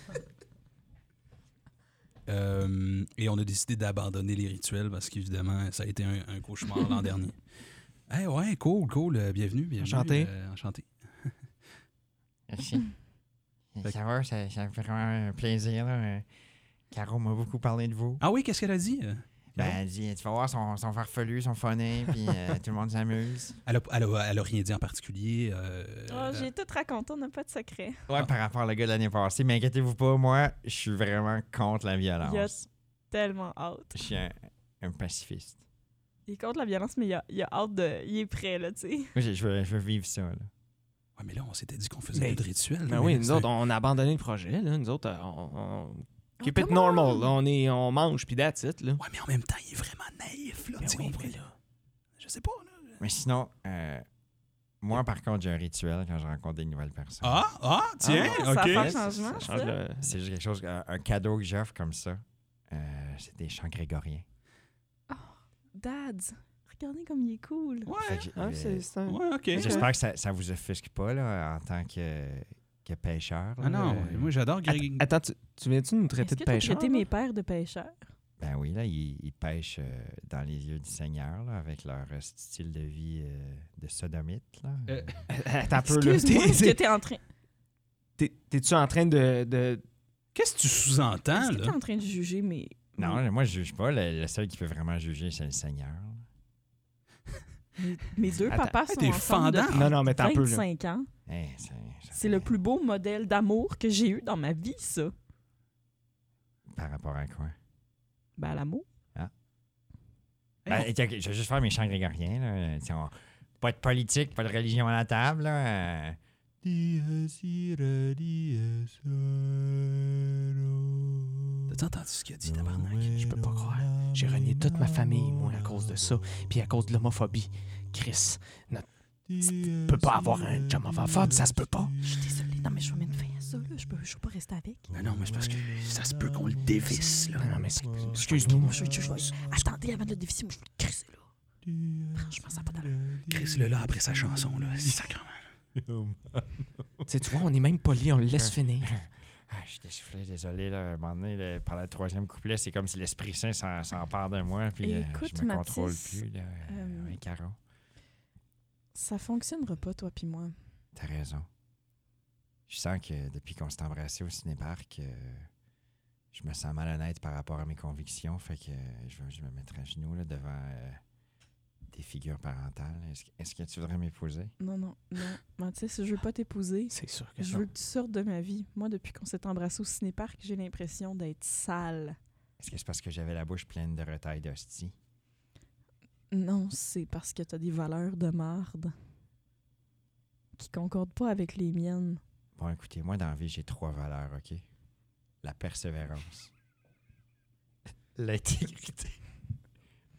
Euh, et on a décidé d'abandonner les rituels parce qu'évidemment, ça a été un, un cauchemar l'an dernier. Eh ouais, cool, cool. euh, Bienvenue, bienvenue. Enchanté. euh, enchanté. Merci. Ça va, ça, ça me fait vraiment un plaisir. là. Euh, Caro m'a beaucoup parlé de vous. Ah oui, qu'est-ce qu'elle a dit? euh? Ben, elle dit, tu vas voir, son, son farfelu, son funny, puis euh, tout le monde s'amuse. Elle a, elle a- elle a rien dit en particulier. euh, Oh, j'ai tout raconté, on n'a pas de secret. Ouais, par rapport au gars de l'année passée, mais inquiétez-vous pas, moi, je suis vraiment contre la Ah, violence. Yes. Tellement hâte. Je suis un, un pacifiste. Il est contre la violence, mais il a, il a hâte de. Il est prêt, là, tu sais. Moi, j'ai- je veux, je veux vivre ça. Là. Ouais, mais là, on s'était dit qu'on faisait Mais- plus de rituels. Ben là, oui, mais nous c'est- autres, on a abandonné le projet. Là. Nous autres, euh, on, on- keep Oh, it come normal. on! là. On, est, on mange, puis that's it. Là. Ouais, mais en même temps, il est vraiment naïf, là. Ben tu oui, comprends? mais là- Je sais pas, là. Mais sinon, euh, moi, par contre, j'ai un rituel quand je rencontre des nouvelles personnes. Ah, ah, tiens, Ah, ça OK. va. Ouais, changement, c'est- ça. Change le- C'est juste quelque chose, un, un cadeau que j'offre comme ça. Euh, c'est des chants grégoriens. Dads, regardez comme il est cool. Fait Ouais, que, Ah, euh, c'est- c'est un- ouais, OK. J'espère que ça, ça vous offusque pas là, en tant que, que pêcheur. là. Ah non, Euh, moi, j'adore Att- Greg. Attends, tu, tu viens-tu nous traiter Est-ce de que t'as pêcheurs? traité mes pères de pêcheurs? Ben oui, là, ils, ils pêchent euh, dans les yeux du Seigneur là, avec leur euh, style de vie euh, de sodomite. Là. Euh, Attends un peu, là. Excuse-moi, T'es- est-ce que t'es- t'es en train. t'es- T'es-tu en train de... de- Qu'est-ce que tu sous-entends, Hein, Est-ce que t'es là? en train de juger mes. Non, moi, je juge pas. Le, le seul qui peut vraiment juger, c'est le Seigneur. Mes, mes deux Attends, papas hey, sont t'es ensemble fendant. depuis Non, non, mais t'as un peu, là. 25 ans. Hey, Hein, c'est- ça- C'est le plus beau modèle d'amour que j'ai eu dans ma vie, ça. Par rapport à quoi? Ben, à l'amour. Ben, tiens, ok, je vais juste faire mes chants grégoriens. Là. Tu sais, on- Pas de politique, pas de religion à la table. Là. Euh, Dies irae, dies ero. T'as entendu ce qu'il a dit, tabarnak? Je peux pas croire. J'ai renié toute ma famille, moi, à cause de ça. Puis à cause de l'homophobie. Chris, notre... Tu peux pas avoir un chum homophobe, ça se peut pas. Je suis désolée, non, mais je vais mettre fin à ça, là. Je peux, je peux pas rester avec. Non, non, mais c'est parce que ça se peut qu'on le dévisse, là. Non, non, mais excuse-nous. Je, je- je- je- attendez avant de le dévisser, moi, je vais le crisser, là. Franchement, ça n'a pas d'allure. Chris, le là, après sa chanson, là. C'est sacrément. Tu sais, tu vois, on est même poli, on le laisse finir. Ah, je suis déchoufflé, désolé. Là, à un moment donné, là, par le troisième couplet, c'est comme si l'Esprit Saint s'en- s'empare de moi. Puis euh, Écoute, je me contrôle Mathis, plus. Là. euh, Ouais, Caro, Ça fonctionnera pas, toi puis moi. t'as raison. Je sens que depuis qu'on s'est embrassé au cinéparc, euh, je me sens malhonnête par rapport à mes convictions. Fait que euh, je, vais- je vais me mettre à genoux là, devant euh, des figures parentales. Est-ce que- est-ce que tu voudrais m'épouser? Non, non, non. Mathis, je veux pas t'épouser. C'est sûr que Je non. veux que tu sortes de ma vie. Moi, depuis qu'on s'est embrassé au cinéparc, j'ai l'impression d'être sale. Est-ce que c'est parce que j'avais la bouche pleine de retailles d'hostie? Non, c'est parce que t'as des valeurs de marde qui concordent pas avec les miennes. Bon, écoutez, moi, dans la vie, j'ai trois valeurs, OK? La persévérance, l'intégrité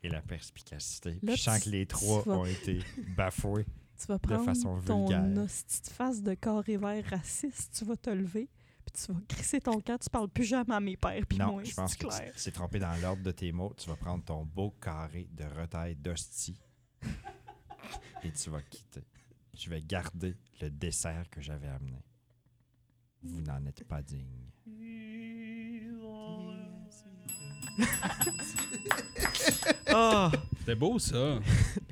et la perspicacité. Puis Là, je sens tu- que les tu trois vas- ont été bafoués. Tu vas prendre façon ton vulgaire. hostie de face de carré vert raciste, tu vas te lever, puis tu vas crisser ton camp, tu parles plus jamais à mes pères, puis non, moi, je pense c'est que tu clair. tu t'es trompé dans l'ordre de tes mots. Tu vas prendre ton beau carré de retailles d'hostie et tu vas quitter. Je vais garder le dessert que j'avais amené. Vous n'en êtes pas digne. Ah! C'était beau, ça.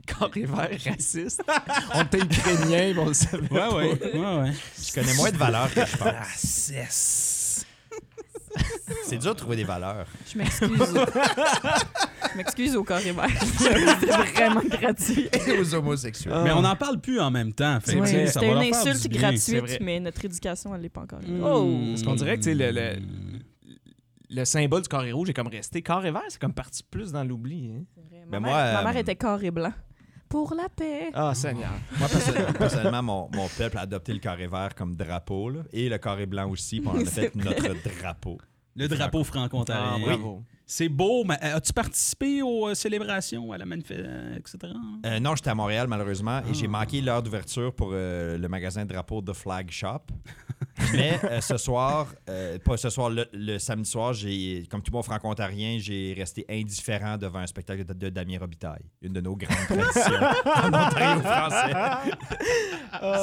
Carré vert raciste. on était ukrainiens, mais on le Ouais, savait. pas. ouais, ouais, ouais. Je connais moins de valeurs que je pense. Ah, c'est... C'est dur de trouver des valeurs. Je m'excuse. je m'excuse au carré vert. C'était vraiment gratuit. aux homosexuels. Ah. Mais on n'en parle plus en même temps. Fait, que, Ouais, tu sais, ça C'était va une leur faire du insulte bien. c'est vrai. gratuite, mais notre éducation, elle l'est pas encore. Hmm. Oh! Parce qu'on dirait que, tu sais, le- le- Le symbole du carré rouge est comme resté. Carré vert, c'est comme parti plus dans l'oubli. hein. Ben Ma, moi, mère, ma euh, mère était carré blanc. Pour la paix. Ah, Seigneur. Moi, perso- personnellement, mon, mon peuple a adopté le carré vert comme drapeau là, et le carré blanc aussi. puis On en a fait C'est notre drapeau. Le drapeau Ah, franco-ontarien. bravo. C'est beau, mais euh, as-tu participé aux euh, célébrations, à la manifestation, etc.? Euh, non, j'étais à Montréal, malheureusement, et j'ai manqué l'heure d'ouverture pour euh, le magasin de drapeau The Flag Shop. Mais euh, ce soir, euh, pas ce soir, le, le samedi soir, j'ai, comme tout bon franco-ontarien, j'ai resté indifférent devant un spectacle de, de Damien Robitaille, une de nos grandes traditions en Ontario français. Ah,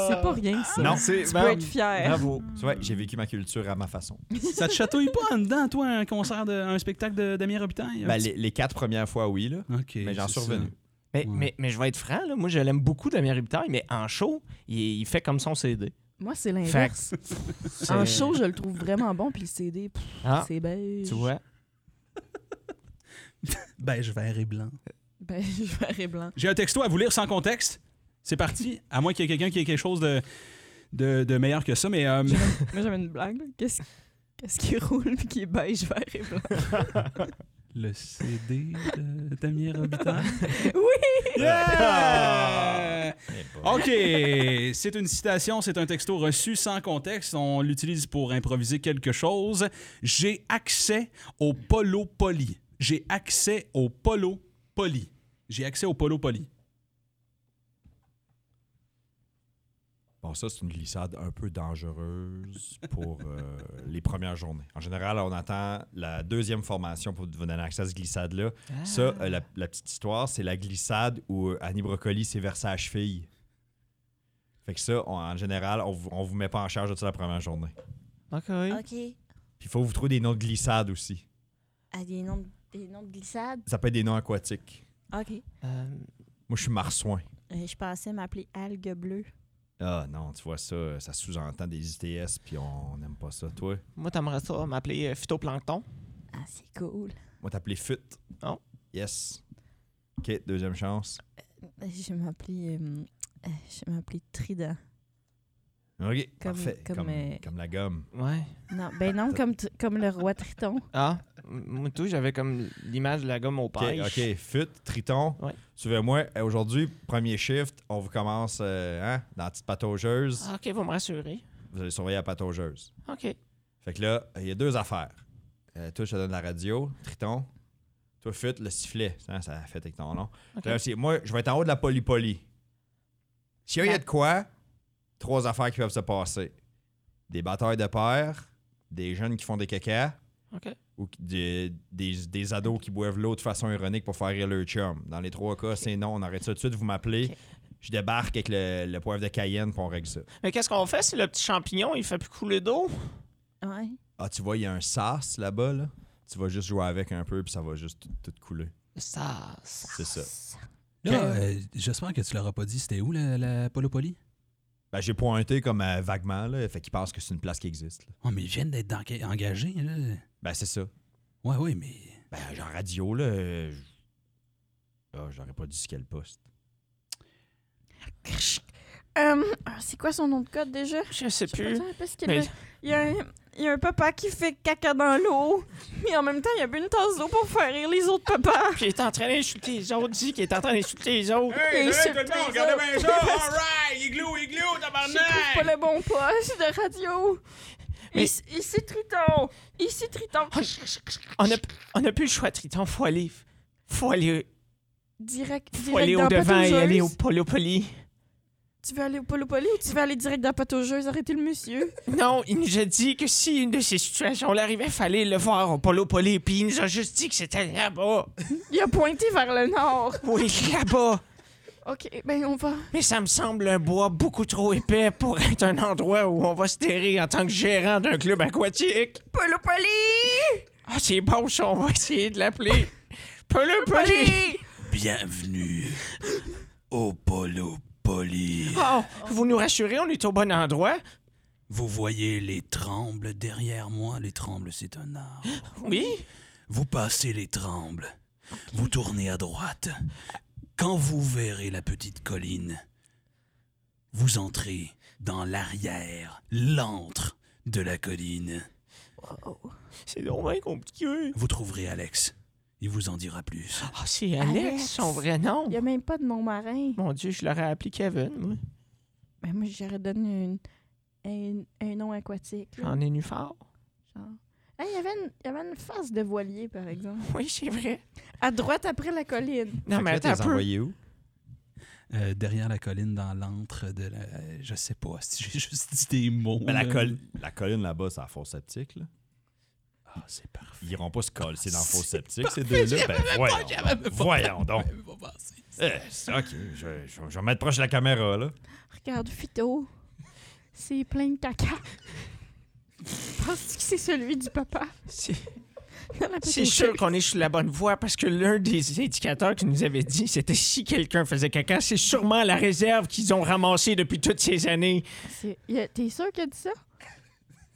C'est pas rien, ça. Non, tu peux ben, être fier. Bravo. C'est vrai, j'ai vécu ma culture à ma façon. Ça te chatouille pas en dedans, toi, un concert, de, un spectacle de Damien Robitaille? Ben, les, les quatre premières fois, oui, là, Ok, mais j'en c'est ça. suis revenu. Mais, Ouais. mais, mais je vais être franc, là, moi je l'aime beaucoup Damien Ribitaille, mais en show, il, il fait comme son CD. Moi, c'est l'inverse. En show, je le trouve vraiment bon, puis le CD, pff, Ah, c'est beige. tu vois. Beige, vert et Ben, blanc. Ben, Beige, vert et blanc. J'ai un texto à vous lire sans contexte. C'est parti. À moins qu'il y ait quelqu'un qui ait quelque chose de, de, de meilleur que ça, mais... euh, Moi, j'avais une blague. là. Qu'est-ce qu'est-ce qui roule puis qui est beige, vert et blanc? Le CD de Damien Robitaille. Oui! Yeah! Oh, Eh ben. Ah! OK. C'est une citation, c'est un texto reçu sans contexte. On l'utilise pour improviser quelque chose. J'ai accès au polo poli. J'ai accès au polo poli. J'ai accès au polo poli. Bon, ça, c'est une glissade un peu dangereuse pour euh, les premières journées. En général, on attend la deuxième formation pour vous donner accès à cette glissade-là. Ah. Ça, euh, la, la petite histoire, c'est la glissade où euh, Annie Brocoli s'est versée à la cheville. Fait que ça, on- en général, on vous, on vous met pas en charge de ça la première journée. Ah. OK. Puis il faut vous trouver des noms de glissades aussi. Ah, des noms, de- des noms de glissade. Ça peut être des noms aquatiques. OK. Euh, Moi, je suis marsouin. Euh, je pensais m'appeler algue bleue. Ah non, tu vois ça, ça sous-entend des ITS, puis on n'aime pas ça. Toi, moi, t'aimerais ça m'appeler euh, Phytoplancton? Ah, c'est cool. moi, t'appelais FUT. Oh. Yes. OK, deuxième chance. Euh, Je m'appelais... euh, euh, je m'appelais Trident. OK, Comme- parfait. comme, Comme, euh, comme la gomme. Ouais. Non, ben non, comme, t- comme le roi Triton. Ah, m- moi, tout, j'avais comme l'image de la gomme au OK, pêche. OK. Fut, Triton. Ouais. Suivez-moi. Euh, Aujourd'hui, premier shift, on vous commence euh, hein, dans la petite pataugeuse. Ah, OK, vous me rassurez. Vous allez surveiller la pataugeuse. OK. Fait que là, il y a deux affaires. Euh, toi, je te donne la radio, Triton. Toi, Fut, le sifflet. Ça, ça fait avec ton nom. OK. Là, c'est- moi, je vais être en haut de la polypolie. S'il y a de quoi, trois affaires qui peuvent se passer. Des batailles de pères, des jeunes qui font des cacas, OK. ou qui- des, des, des ados qui boivent l'eau de façon ironique pour faire rire leur chum. Dans les trois cas, c'est non. On arrête ça tout de suite, vous m'appelez. Ok. Je débarque avec le, le poivre de Cayenne puis on règle ça. Mais qu'est-ce qu'on fait si le petit champignon, il fait plus couler d'eau? Ouais. Ah, tu vois, il y a un sas là-bas, là. Tu vas juste jouer avec un peu puis ça va juste tout, tout couler. Ça. C'est ça. Là, euh, j'espère que tu l'auras pas dit. C'était où, la, la polo poli? Ben, j'ai pointé comme euh, vaguement, là. Fait qu'il pense que c'est une place qui existe. là. Oh, mais ils viennent d'être enga- engagés, là. Ben, c'est ça. Ouais, ouais, mais... Ben, genre radio, là. euh, j- Ah, j'aurais pas dit quel poste. Hum, ah, c'est quoi son nom de code déjà? Je Je sais Ben, sais plus. pas, parce que mais- le- il y, a un- il y a un papa qui fait caca dans l'eau, mais en même temps, il a bu une tasse d'eau pour faire rire les autres papas. Puis il est en train d'insulter les autres. Dit qu'il est en train d'insulter les autres. Hey, salut tout le monde, regardez bien ça, all right! Igloo, igloo, Je trouve pas le bon poste de radio. Mais- Ici, ici Triton. Ici Triton. On a, on a plus le choix, Triton. Faut aller. Faut aller, Direct, faut direct aller dans au la devant et pataugeuse. aller au Polopoli. Tu veux aller au Polopoli ou tu veux aller direct dans la pataugeuse? Arrêtez le monsieur. Non, il nous a dit que si une de ces situations l'arrivait, fallait le voir au Polopoli. Puis il nous a juste dit que c'était là-bas. Il a pointé vers le nord. Oui, là-bas. OK, ben on va. Mais ça me semble un bois beaucoup trop épais pour être un endroit où on va se terrer en tant que gérant d'un club aquatique. Polopoli! Ah, c'est bon, ça, on va essayer de l'appeler. Polopoli! Bienvenue au polo poli. Oh, vous nous rassurez, on est au bon endroit. Vous voyez les trembles derrière moi. Les trembles, c'est un art. Oui. Vous passez les trembles. Vous tournez à droite. Quand vous verrez la petite colline, vous entrez dans l'arrière, l'antre de la colline. Oh, C'est donc bien compliqué. Vous trouverez Alex. Il vous en dira plus. Ah, c'est Alex, Alex. son vrai nom. Il n'y a même pas de Montmarin. Mon Dieu, je l'aurais appelé Kevin, moi. Ben moi, j'aurais donné une- un, un nom aquatique. là, En nénuphar. genre. Hey, il, y avait une, il y avait une face de voilier, par exemple. Oui, c'est vrai. À droite, après la colline. Non, mais Fait que là, attends t'es un peu. envoyé où? euh, derrière la colline, dans l'antre de la. euh, Je sais pas, si j'ai juste dit des mots. Mais Ben, la, là. col- la colline là-bas, c'est la fosse septique. Là. Ah, c'est parfait. Ah, Ils iront pas se coller, c'est dans la fosse C'est septique, ces deux-là. Ben, voyons, j'avais donc, pas- voyons donc. j'avais pas pensé. Eh, c'est- ok, je, je- je vais mettre proche de la caméra, là. Regarde, Fito. C'est plein de caca. Penses-tu que c'est celui du papa? C'est- Dans la C'est petite sûr qu'on est sur la bonne voie parce que l'un des indicateurs qui nous avait dit, c'était si quelqu'un faisait caca, c'est sûrement la réserve qu'ils ont ramassée depuis toutes ces années. C'est- y a- T'es sûr qu'il a dit ça?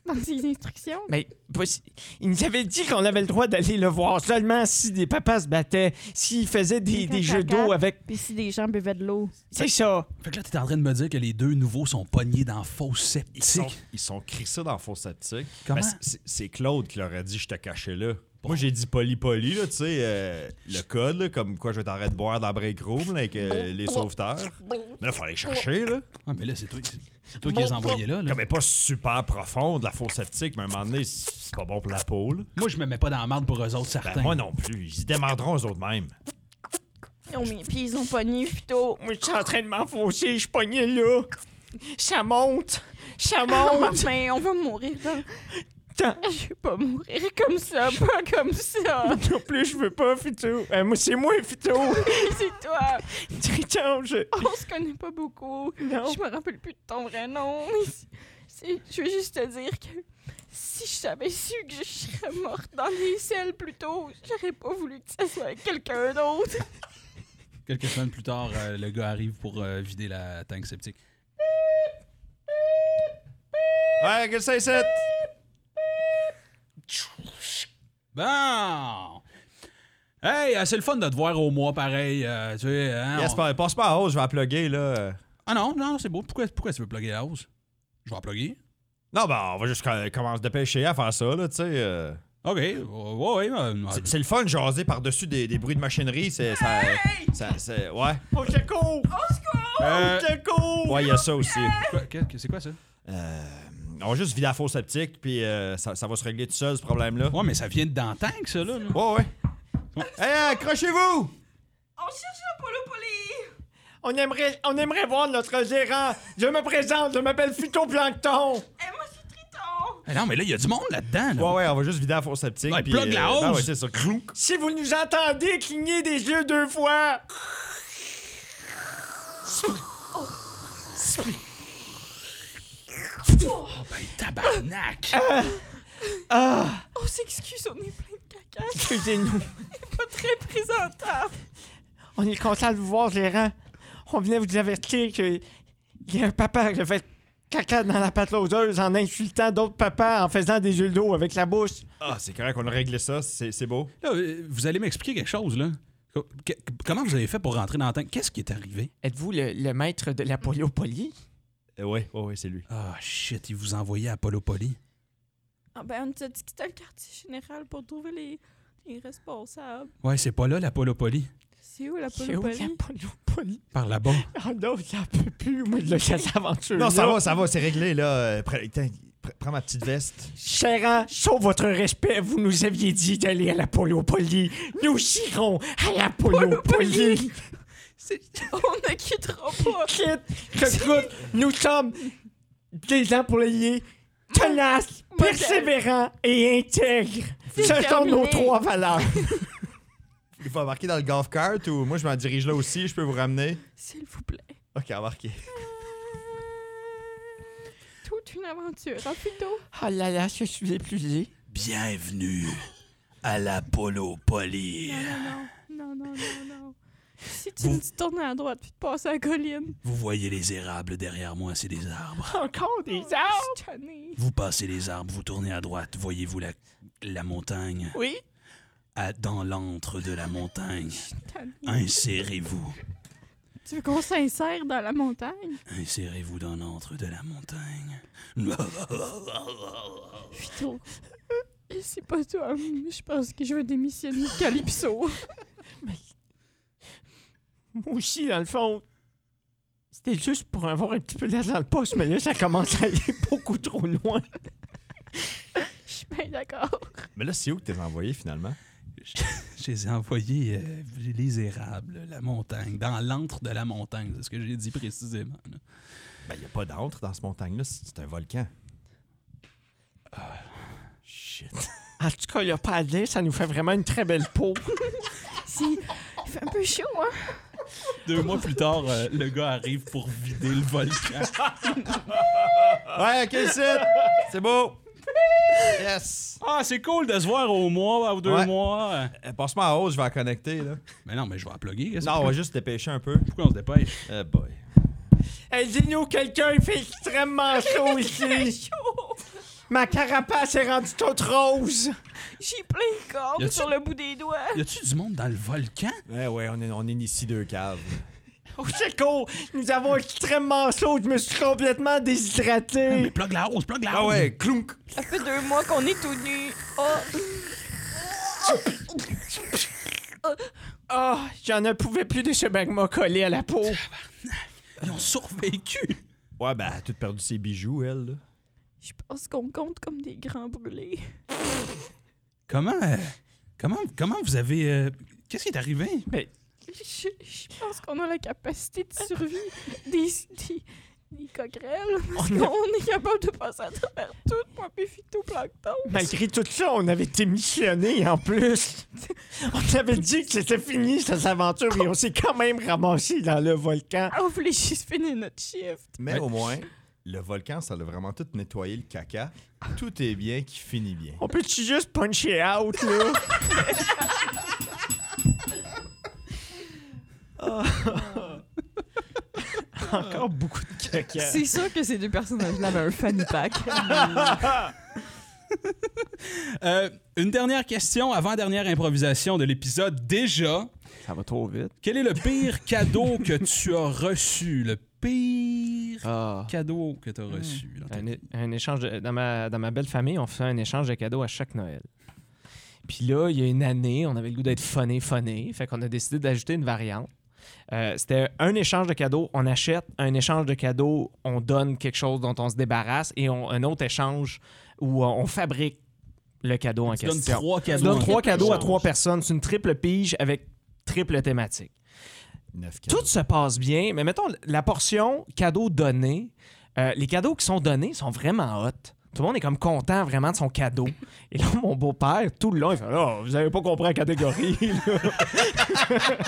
Dans ses instructions? Mais possi- il nous avait dit qu'on avait le droit d'aller le voir seulement si des papas se battaient, s'ils faisaient des, Et quand des ça jeux d'eau tape. avec. Puis si des gens buvaient de l'eau. C'est ça. Fait que là, t'es en train de me dire que les deux nouveaux sont pognés dans fausse Ils sont, sceptique. ils sont crissés dans la fosse septique. Comment? Ben, c'est- c'est- c'est Claude qui leur a dit je te cachais là. Moi, j'ai dit poli-poli, là, tu sais, euh, le code, là, comme quoi je t'arrête de boire dans la break room là, avec euh, les sauveteurs. Mais là, fallait chercher, là. Ah, mais là, c'est toi, qui- c'est toi qui les as envoyés là. là. Comme elle est pas super profonde, la fosse septique, mais à un moment donné, c'est c'est pas bon pour la peau, là. Moi, je me mets pas dans la marde pour eux autres, Ben, certains. moi non plus. Ils se démerderont eux-mêmes. Oh, Ils ont mis- puis ils ont pogné Fito. Moi, je suis en train de m'enfoncer, je suis pogné là. Ça monte. Ça Oh, monte. mais on va mourir dans... Tant. Je vais pas mourir comme ça, pas comme ça. Non plus, je veux pas, Fito. Euh, moi, c'est moi, Fito. C'est toi. Triton, je. On se connaît pas beaucoup. Oh, Non. Je me rappelle plus de ton vrai nom. C'est- Je veux juste te dire que si je savais su que je serais morte dans les selles plus tôt, j'aurais pas voulu que ça soit avec quelqu'un d'autre. Quelques semaines plus tard, euh, le gars arrive pour euh, vider la tank sceptique. Ouais, que c'est, c'est? Bon! Hey, euh, c'est le fun de te voir au mois pareil. euh, tu sais, hein, on- Gaspard, passe pas en haut, je vais la plugger, là. Ah non, non, c'est beau. Pourquoi, pourquoi tu veux plugger la hausse? Je vais en plugger. Non, ben, on va juste co- commencer de pêcher à faire ça, là, tu sais. euh. OK. Ouais, ouais. euh, C'est- C'est le fun, jaser par-dessus des, des bruits de machinerie, c'est... Ça, ça- c'est- ouais. Au secours. euh, Au secours. Ouais, il y a ça aussi. quoi- qu'est- qu'est- c'est quoi ça? Euh, on va juste vider la fosse septique, puis euh, ça, ça va se régler tout seul, ce problème-là. Ouais, mais ça vient de dans la tank, ça, là. là. Ouais, ouais. Hey, accrochez-vous! On aimerait, on aimerait voir notre gérant. Je me présente, je m'appelle Phytoplancton. Eh non, mais là, il y a du monde là-dedans. là. Ouais, ouais, on va juste vider la fosse septique. Ouais, puis, plug la ben hausse. ouais, c'est ça. Clouc. Si vous nous entendez cligner des yeux deux fois. Ben, Tabarnak! Ah, On s'excuse, on est plein de caca. excusez-nous. Pas très présentable. On est content de vous voir, gérant. On venait vous avertir que il y a un papa qui a fait caca dans la pâte-loseuse en insultant d'autres papas en faisant des yeux d'eau avec la bouche. Ah, c'est correct, on a réglé ça, c'est c'est beau. Là, euh, vous allez m'expliquer quelque chose, là. Co- que- comment vous avez fait pour rentrer dans la tank? Qu'est-ce qui est arrivé? Êtes-vous le, le maître de la poliopolie? Euh, ouais, ouais, ouais, c'est lui. Ah, shit, ils vous envoyaient à Polo Poly. Ah ben, on nous a dit que c'était le quartier général pour trouver les, les responsables. Ouais, c'est pas là, la Polo Poly. C'est où la C'est où la polopoli? poliopolie? Par là-bas. Oh non, j'en peux plus, moi, de cette aventure Non, ça va, ça va, c'est réglé, là. Euh, pre- attends, pre- prends ma petite veste. Chérant, sauf votre respect, vous nous aviez dit d'aller à la poliopolie. Nous irons à la poliopolie. On ne quittera pas. Quitte que coûte, nous sommes des employés tenaces, persévérants et intègres. C'est Ce sont terminé. nos trois valeurs. Il faut embarquer dans le golf cart ou moi, je m'en dirige là aussi, je peux vous ramener. S'il vous plaît. Ok, embarquez. Toute une aventure. Ah, plutôt. Oh là là, je suis épuisé. Bienvenue à la Polo Poly. Non, non, non, non. Si tu me dis de tourner à droite puis de passer à la colline, Vous voyez les érables derrière moi, c'est des arbres. Encore des Oh, je arbres? suis tannée. Vous passez les arbres, vous tournez à droite, voyez-vous la, la montagne Oui. À- Dans l'antre de la montagne, Tannée. insérez-vous. Tu veux qu'on s'insère dans la montagne? Insérez-vous dans l'antre de la montagne. Pito. C'est pas toi. Je pense que je vais démissionner de Calypso. Moi aussi, dans le fond, c'était juste pour avoir un petit peu d'air dans le poste, mais là, ça commence à aller beaucoup trop loin. Je suis bien d'accord. Mais là, c'est où que t'es envoyé finalement? Je les ai envoyés euh, les érables, la montagne, dans l'antre de la montagne. C'est ce que j'ai dit précisément. là. Ben, il n'y a pas d'antre dans ce montagne-là, c'est c'est un volcan. Shit. En tout cas, le paddle, ça nous fait vraiment une très belle peau. Si, il fait un peu chaud, hein? Deux mois plus tard, euh, le gars arrive pour vider le volcan. Ouais, ok, c'est C'est beau. Yes. Ah, c'est cool de se voir au mois ou deux Ouais. mois. Euh, Passe-moi en haut, je vais la connecter. Là. Mais non, mais je vais la plugger. qu'est-ce Non, on que- va juste dépêcher un peu. pourquoi on se dépêche? Eh boy. Hey, dis-nous, quelqu'un, il fait extrêmement chaud ici. Ma carapace est rendue toute rose. J'ai plein de Y cordes a-tu- sur le bout des doigts. Y a-tu du monde dans le volcan? Ouais, Eh, ouais, on est, on est ici deux caves. Au secours, nous avons extrêmement chaud. Je me suis complètement Ah, Mais déshydraté. plug la hausse, plug la Ah hausse. ouais, clunk. Ça fait deux mois qu'on est tout nus. Oh, Ah, j'en ne pouvais plus de ce magma collé à la peau. Ils ont survécu. Ouais, ben, elle a tout perdu ses bijoux, elle. Là. je pense qu'on compte comme des grands brûlés. Comment, euh, comment, comment vous avez. euh, Qu'est-ce qui est arrivé? Je, je pense qu'on a la capacité de survie des, des, des coquerelles. Parce On a- qu'on est capable de passer à travers tout, moi, puis phytoplancton. Malgré tout ça, on avait démissionné en plus. On avait dit que c'était fini cette aventure et on s'est quand même ramassé dans le volcan. On voulait Ah, juste finir notre shift. Mais Ouais. au moins, le volcan, ça l'a vraiment tout nettoyé le caca. Tout est bien qui finit bien. On peut-tu juste puncher out, là? Ah. Encore beaucoup de caca. C'est sûr que ces deux personnages-là avaient un fanny pack. Euh, une dernière question avant dernière improvisation de l'épisode déjà. Ça va trop vite. Quel est le pire cadeau que tu as reçu Le pire Ah. cadeau que tu as reçu dans ta Un, vie? é- un échange de- dans, ma, dans ma belle famille, on faisait un échange de cadeaux à chaque Noël. Puis là, il y a une année, on avait le goût d'être funné, funné. Fait qu'on a décidé d'ajouter une variante. Euh, C'était un échange de cadeaux, on achète. Un échange de cadeaux, on donne quelque chose dont on se débarrasse. Et on- un autre échange où euh, on fabrique le cadeau en Tu donnes question. trois Tu cadeaux. donnes en- trois cadeaux à trois personnes. C'est une triple pige avec triple thématique. Neuf Tout se passe bien, mais mettons, la portion cadeau donné, euh, les cadeaux qui sont donnés sont vraiment hot. Tout le monde est comme content vraiment de son cadeau. Et là, mon beau-père, tout le long, il fait Là, vous avez pas compris la catégorie. là.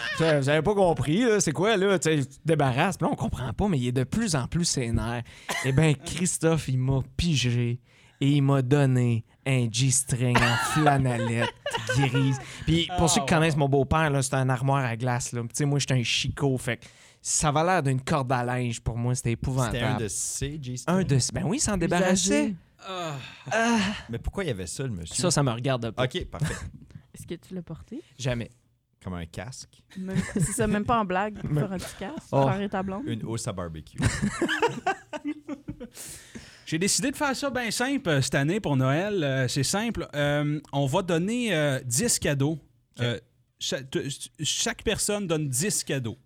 vous avez pas compris, là, c'est quoi, là? Tu sais, tu te débarrasses. Puis là, on comprend pas, mais il est de plus en plus sénère. Eh bien, Christophe, il m'a pigé et il m'a donné un G-string en flanellette grise. Puis pour ceux qui Ah, connaissent mon beau-père, là, c'est un armoire à glace. Là. Tu sais, moi, j'étais un chicot. Fait que ça avait l'air d'une corde à linge pour moi. C'était épouvantable. C'était un de CJ Un de- Ben oui, s'en débarrasser. Mais pourquoi il y avait ça, le monsieur Ça, ça me regarde pas. Ok, parfait. Est-ce que tu l'as porté? Jamais. Comme un casque, Même- C'est ça, même pas en blague, pour faire un petit casse, pour Oh. faire ta blonde. une hausse à barbecue. J'ai décidé de faire ça bien simple euh, cette année pour Noël. Euh, c'est simple. Euh, on va donner euh, 10 cadeaux. Euh, cha- t- ch- chaque personne donne 10 cadeaux.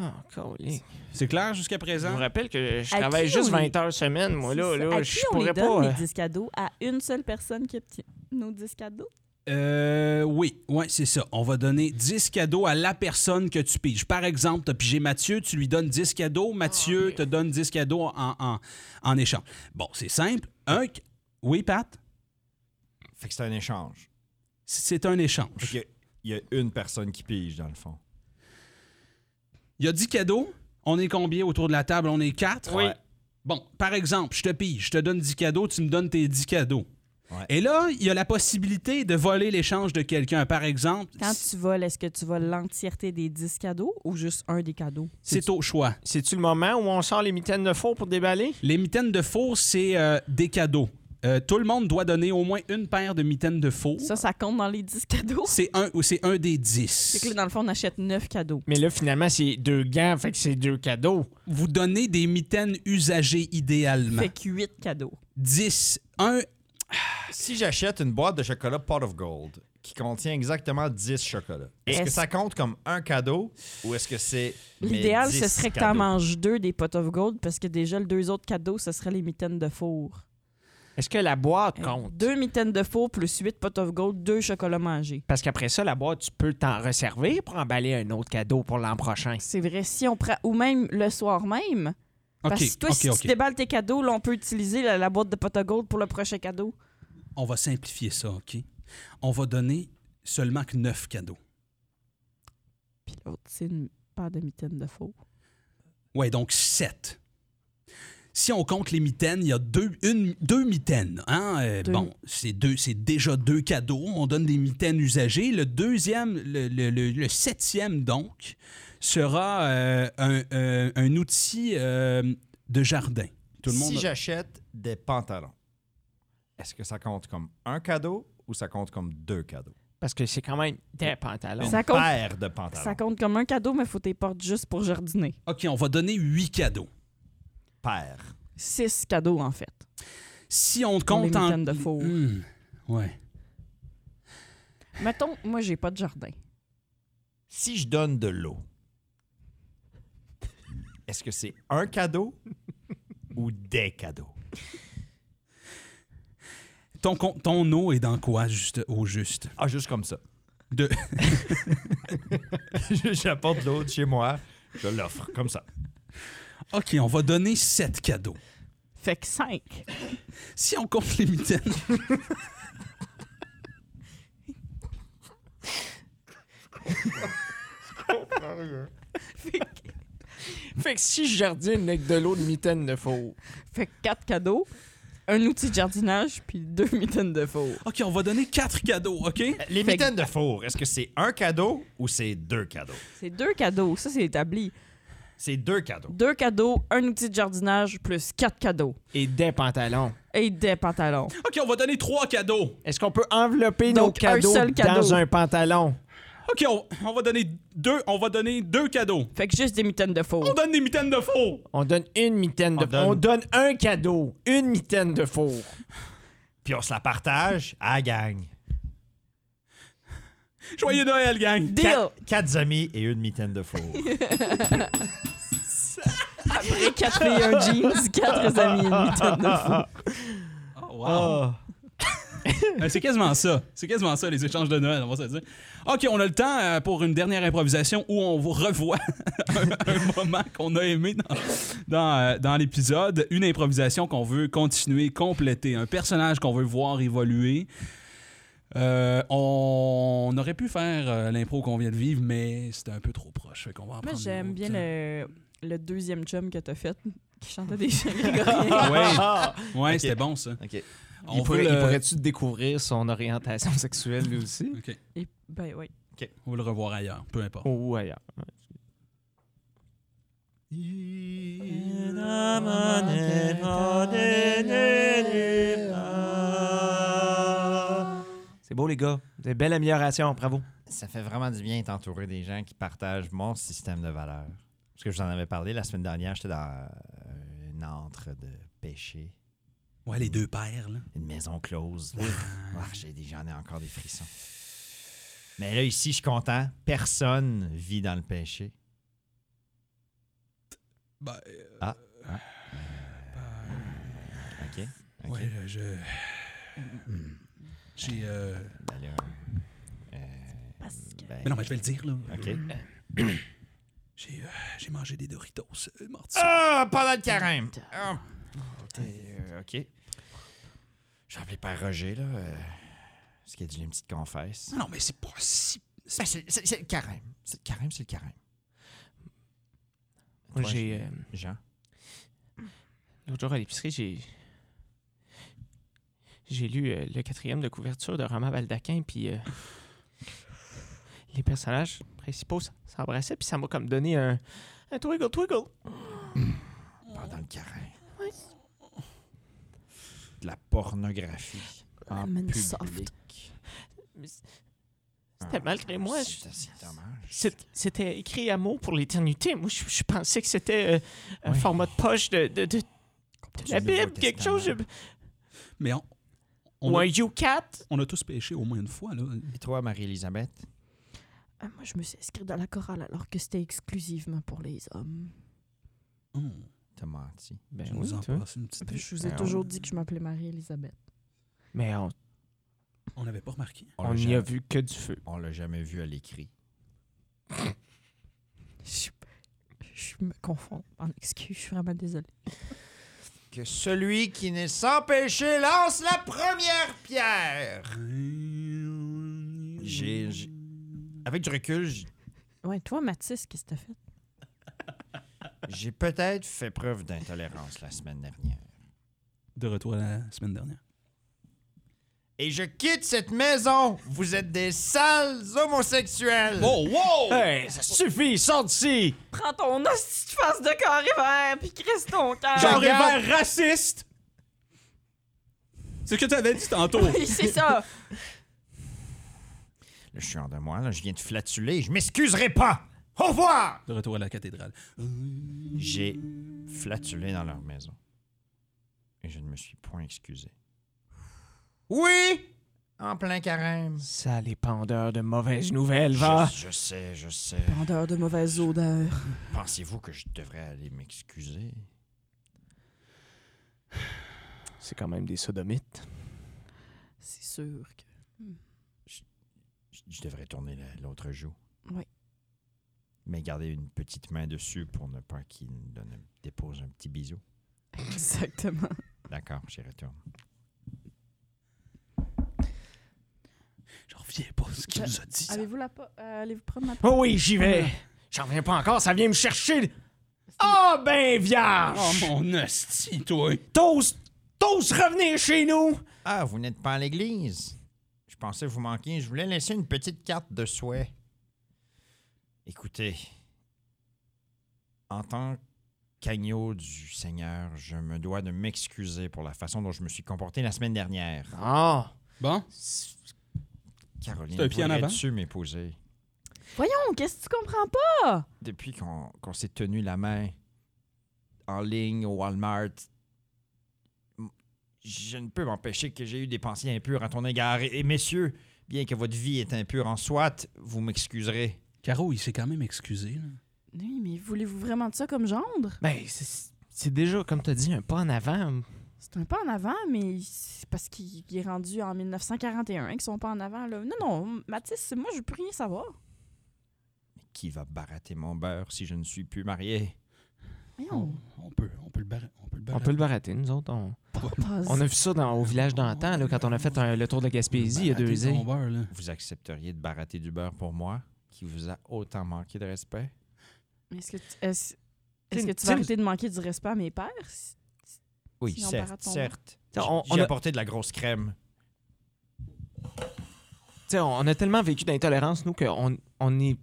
Oh, collier. C'est clair jusqu'à Je vous présent? rappelle que je Ah, À travaille qui juste on les- 20 heures semaine, moi, là. C'est ça. là à je qui on pourrais les pas. donne euh, les 10 cadeaux? À une seule personne qui obtient nos 10 cadeaux? Euh, oui, ouais, c'est ça. On va donner 10 cadeaux à la personne que tu piges. Par exemple, tu pigé Mathieu, tu lui donnes 10 cadeaux. Mathieu te donne 10 cadeaux en, en, en échange. Bon, c'est simple. Un... ca- Oui, Pat? fait que c'est un échange. C'est un échange. Fait que Il y a une personne qui pige, dans le fond. Il y a 10 cadeaux. On est combien autour de la table? On est 4? Oui. Bon, par exemple, je te pige, je te donne 10 cadeaux, tu me donnes tes 10 cadeaux. Ouais. Et là, il y a la possibilité de voler l'échange de quelqu'un. Par exemple, Quand tu voles, est-ce que tu voles l'entièreté des 10 cadeaux ou juste un des cadeaux? c'est au choix. C'est-tu le moment où on sort les mitaines de faux pour déballer? Les mitaines de faux, c'est euh, des cadeaux. Euh, tout le monde doit donner au moins une paire de mitaines de faux. Ça, ça compte dans les 10 cadeaux? C'est un, ou c'est un des C'est que là, 10. dans le fond, on achète 9 cadeaux. Mais là, finalement, c'est deux gants, fait que c'est deux cadeaux. Vous donnez des mitaines usagées idéalement. Fait que 8 cadeaux. 10. Un, Si j'achète une boîte de chocolat Pot of Gold qui contient exactement 10 chocolats, est-ce que Est-ce- ça compte comme un cadeau ou est-ce que c'est. mes L'idéal, ce 10 serait que tu en cadeaux? manges deux des pot of gold parce que déjà, les deux autres cadeaux, ce serait les mitaines de four. Est-ce que la boîte compte? Euh, Deux mitaines de faux plus huit pot of gold, deux chocolats mangés. Parce qu'après ça, la boîte, tu peux t'en resservir pour emballer un autre cadeau pour l'an prochain. C'est vrai, si on prend. Ou même le soir même. Parce que toi, ok, si ok. tu déballes tes cadeaux, là, on peut utiliser la, la boîte de pot of gold pour le prochain cadeau. On va simplifier ça, OK? On va donner seulement que neuf cadeaux. Puis l'autre, c'est une paire de mitaines de faux. Ouais, donc sept. Si on compte les mitaines, il y a deux, une, deux mitaines. hein? Euh, Deux. Bon, c'est deux, c'est déjà deux cadeaux. On donne des mitaines usagées. Le deuxième, le, le- le- le septième, donc, sera euh, un, euh, un outil euh, de jardin. Tout le monde. Si j'achète des pantalons, est-ce que ça compte comme un cadeau ou ça compte comme deux cadeaux? Parce que c'est quand même des pantalons. Ça Une compte- paire de pantalons. Ça compte comme un cadeau, mais faut tes portes juste pour jardiner. OK, on va donner huit cadeaux. Paire. Six cadeaux, en fait. Si on Pour les compte en. mitaines de faux. Hmm, ouais. Mettons, moi, j'ai pas de jardin. Si je donne de l'eau, est-ce que c'est un cadeau ou des cadeaux? Ton, con- ton eau est dans quoi, juste, au juste? Ah, juste comme ça. De- J'apporte de l'eau de chez moi, je l'offre comme ça. OK, on va donner sept cadeaux. Fait que cinq. Si on compte les mitaines. Fait que si je jardine avec de l'eau de mitaine de faux, Fait que quatre cadeaux, un outil de jardinage, puis deux mitaines de faux. OK, on va donner quatre cadeaux, OK? Les Fait que- mitaines de four, est-ce que c'est un cadeau ou c'est deux cadeaux? C'est deux cadeaux, ça, c'est établi. C'est deux cadeaux. Deux cadeaux, un outil de jardinage, plus quatre cadeaux. et des pantalons. Et des pantalons. OK, on va donner trois cadeaux. Est-ce qu'on peut envelopper Donc, nos cadeaux un seul cadeau. dans un pantalon? OK, on, on va donner deux, on va donner deux cadeaux. Fait que juste des mitaines de faux. On donne des mitaines de faux. On donne une mitaine de On donne- On donne un cadeau, une mitaine de four. Puis on se la partage à la gang. Joyeux Noël, gang. Deal! Quatre, quatre amis et une mitaine de four. Après quatre filles, un jeans, quatre amis, une mitaine de faux. Oh, wow. Ah. Euh, C'est quasiment ça. C'est quasiment ça, les échanges de Noël, on va se le dire. OK, on a le temps euh, pour une dernière improvisation où on vous revoit un, un moment qu'on a aimé dans, dans, euh, dans l'épisode. Une improvisation qu'on veut continuer, compléter. Un personnage qu'on veut voir évoluer. Euh, on aurait pu faire euh, l'impro qu'on vient de vivre, mais c'était un peu trop proche. Fait qu'on va en Moi, prendre une j'aime autre. bien le, le deuxième chum que t'as fait, qui chantait des chants grégoriens. Ah ouais, ouais c'était bon ça. OK. On il pourrait, veut il le- pourrait-tu découvrir son orientation sexuelle lui aussi? OK, Et- ben oui. on veut le revoir ailleurs, peu importe. Ou ailleurs. hein. C'est beau, les gars. C'est belle amélioration. Bravo. Ça fait vraiment du bien d'être entouré des gens qui partagent mon système de valeurs. Parce que je vous en avais parlé la semaine dernière, j'étais dans euh, une antre de péché, Ouais, les deux paires là. une maison close. Ah, j'ai des- J'en ai encore des frissons. Mais là, ici, je suis content. Personne vit dans le péché. Ben, euh, Ah. euh, OK? OK. Ouais, là, je. J'ai. euh, Ben là, euh, ben, Mais non, mais je vais le dire, là. OK. J'ai, euh, j'ai mangé des Doritos euh, mortis. Ah, pendant le carême. Ah. Euh, OK. Je vais appeler Père Roger, là. euh, Est-ce qu'il a dit une petite confesse? Ah Non, non, mais c'est pas si. Ben, c'est c'est- c'est le carême. C'est le carême, c'est le carême. Moi, Toi, j'ai. euh, Jean. L'autre jour à l'épicerie, j'ai. J'ai lu euh, le quatrième de couverture de roman Baldaquin, puis euh, les personnages principaux s- s'embrassaient, puis ça m'a comme donné un, un twiggle twiggle. Pendant le carême. De la pornographie. Ah, En Lemon public. Ah, Ah, soft. Mais c- C'était malgré moi. je- C'est c'est dommage. c'est- C'était écrit à mots pour l'éternité. Moi, je, je pensais que c'était euh, un Ouais. format de poche de, de- de- de la du Bible, Nouveau quelque chose. Testament. je- Mais on, on Ou un a, U4. on a tous pêché au moins une fois, là. Et toi, Marie-Élisabeth? Ah, moi, je me suis inscrite dans la chorale alors que c'était exclusivement pour les hommes. Oh. T'as menti. Ben Je oui, vous en tu vois. passe une petite. Je vous ai toujours dit que je m'appelais Marie-Élisabeth. Mais on, On n'avait pas remarqué. on l'a n'y a jamais- vu que du feu. On l'a jamais vu à l'écrit. Je, je me confonds. En excuse, je suis vraiment désolée. Que celui qui n'est sans péché lance la première pierre. J'ai- j'ai- Avec du recul, j'- Ouais, toi, Mathis, qu'est-ce que t'as fait? j'ai peut-être fait preuve d'intolérance la semaine dernière. De retour la semaine dernière. Et je quitte cette maison. Vous êtes des sales homosexuels. Oh! Hey, ça suffit, sors d'ici! Prends ton hostie de face de carré vert, puis crisse ton Ah, cœur. Genre- Carrément raciste! C'est ce que tu avais dit tantôt. Oui, c'est ça. Là, je suis en de moi. Là, je viens de flatuler. Je m'excuserai pas. Au revoir. De retour à la cathédrale. J'ai flatulé dans leur maison. Et je ne me suis point excusé. Oui! En plein carême. Ça, les pendeurs de mauvaises nouvelles, va! Je, je sais, je sais. Vendeur de mauvaise odeur. Pensez-vous que je devrais aller m'excuser? C'est quand même des sodomites. C'est sûr que. Je, je devrais tourner la- l'autre joue. Oui. Mais garder une petite main dessus pour ne pas qu'il me donne un- dépose un petit bisou. Exactement. D'accord, j'y retourne. Je reviens pas à ce qu'il nous a dit. ça. Avez-vous la po- euh, Allez-vous prendre ma Oh oui, j'y vais! J'en reviens pas encore, ça vient me chercher! Ah ben, vierge! Oh mon hostie, toi! T'oses, t'oses revenir chez nous? Ah, vous n'êtes pas à l'église. Je pensais vous manquiez. Je voulais laisser une petite carte de souhait. Écoutez, en tant qu'agneau du Seigneur, je me dois de m'excuser pour la façon dont je me suis comporté la semaine dernière. Non! Bon, Caroline, C'est un pied en avant. pourrais-tu m'épouser? Voyons, qu'est-ce que tu comprends pas? Depuis qu'on qu'on s'est tenu la main en ligne au Walmart, m- je ne peux m'empêcher que j'ai eu des pensées impures à ton égard. Et, et messieurs, bien que votre vie est impure en soit, vous m'excuserez. Caro, il s'est quand même excusé. là. Oui, mais voulez-vous vraiment de ça comme gendre? Ben, c'est c'est déjà, comme t'as dit, un pas en avant. C'est un pas en avant, mais c'est parce qu'il il est rendu en 1941 hein, qu'ils sont pas en avant. Là. Non, non, Mathis, moi, je peux rien savoir. Qui va barater mon beurre si je ne suis plus marié? On, Voyons, on peut, on peut le barrer. On peut le On barrer. peut le barater, nous autres. On, pas- on a vu ça dans, au village d'antan, là, quand on a fait un- le tour de la Gaspésie il y a deux Arrêtez ton ans. beurre, Ben, là. Vous accepteriez de barater du beurre pour moi, qui vous a autant manqué de respect? Mais Est-ce que tu, est-ce, Tim- est-ce que tu vas Tim- arrêter de manquer du respect à mes pères? Si- Oui, Si on barate certes, ton certes. J'ai beurre. On- on j'ai a- apporté de la grosse crème. Tu sais, on on a tellement vécu d'intolérance, nous, qu'on on est-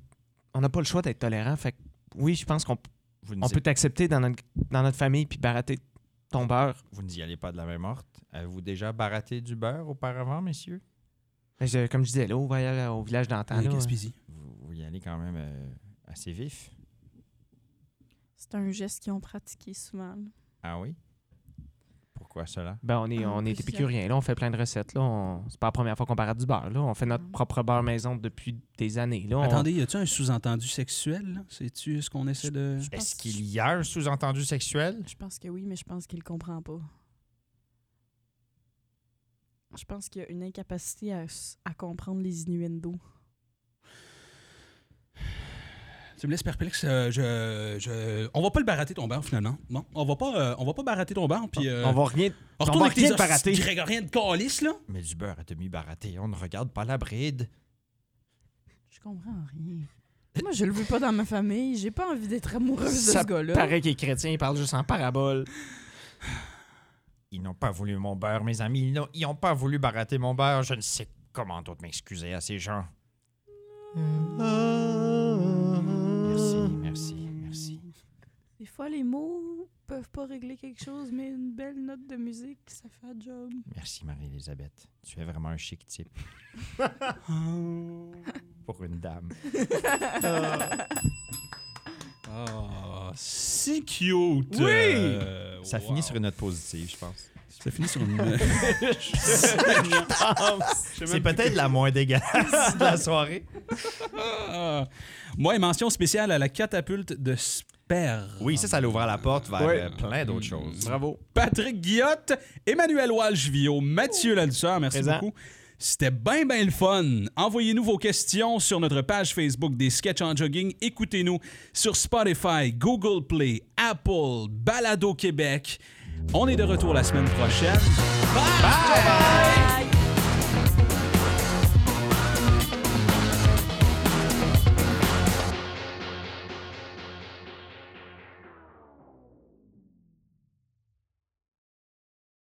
on n'a pas le choix d'être tolérant. Fait que, oui, je pense qu'on Vous ne, on dites- peut t'accepter dans notre, dans notre famille puis barater ton beurre. vous n'y allez pas de la main morte. Avez-vous déjà baraté du beurre auparavant, messieurs? Mais je- comme je disais, là, on va y aller au village d'antan. La là. Gaspésie. vous, vous y allez quand même euh, assez vif. C'est un geste qu'ils ont pratiqué souvent. là. Ah oui? Pourquoi cela? Ben, on est, Ah, on est plusieurs. épicurien, là, on fait plein de recettes. Là. On- C'est pas la première fois qu'on barate du beurre. Là. On fait Ah. notre propre beurre maison depuis des années. Là. On- Attendez, y a-tu un sous-entendu sexuel? là? C'est-tu ce qu'on essaie de. pense Est-ce qu'il y a un sous-entendu sexuel? Je pense que oui, mais je pense qu'il comprend pas. Je pense qu'il y a une incapacité à, s- à comprendre les innuendos. Tu me laisses perplexe. euh, je, je- On va pas le barater ton beurre, finalement. Non, on va pas, euh, on va pas barater ton beurre. Puis, euh, on va rien. on on retourne va avec rien tes te barater. hosties de grégoriens de calice, là. Mais du beurre à demi-baraté, on ne regarde pas la bride. Je comprends rien. Moi, je le veux pas dans ma famille. J'ai pas envie d'être amoureuse de Ça ce gars-là. paraît qu'il est chrétien, il parle juste en parabole. Ils n'ont pas voulu mon beurre, mes amis. Ils n'ont- Ils n'ont pas voulu barater mon beurre. Je ne sais comment d'autre m'excuser à ces gens. Merci, merci, merci. Des fois, les mots peuvent pas régler quelque chose, mais une belle note de musique, ça fait un job. Merci, Marie-Élisabeth. Tu es vraiment un chic type. Pour une dame. Ah, si cute! Oui! Euh, Ça wow. finit sur une note positive, je pense. Ça finit sur une. C'est peut-être la moins dégueulasse de la soirée. Ah. Moi, mention spéciale à la catapulte de perdre. Oui, ça, ça l'ouvre la porte vers Ouais. euh, plein d'autres choses. Bravo. Patrick Guillotte, Emmanuel Walchevio, Mathieu Laldusseur, merci Présent. beaucoup. C'était bien, bien le fun. Envoyez-nous vos questions sur notre page Facebook des Sketchs en Jogging. Écoutez-nous sur Spotify, Google Play, Apple, Balado Québec. On est de retour la semaine prochaine. Bye! Bye!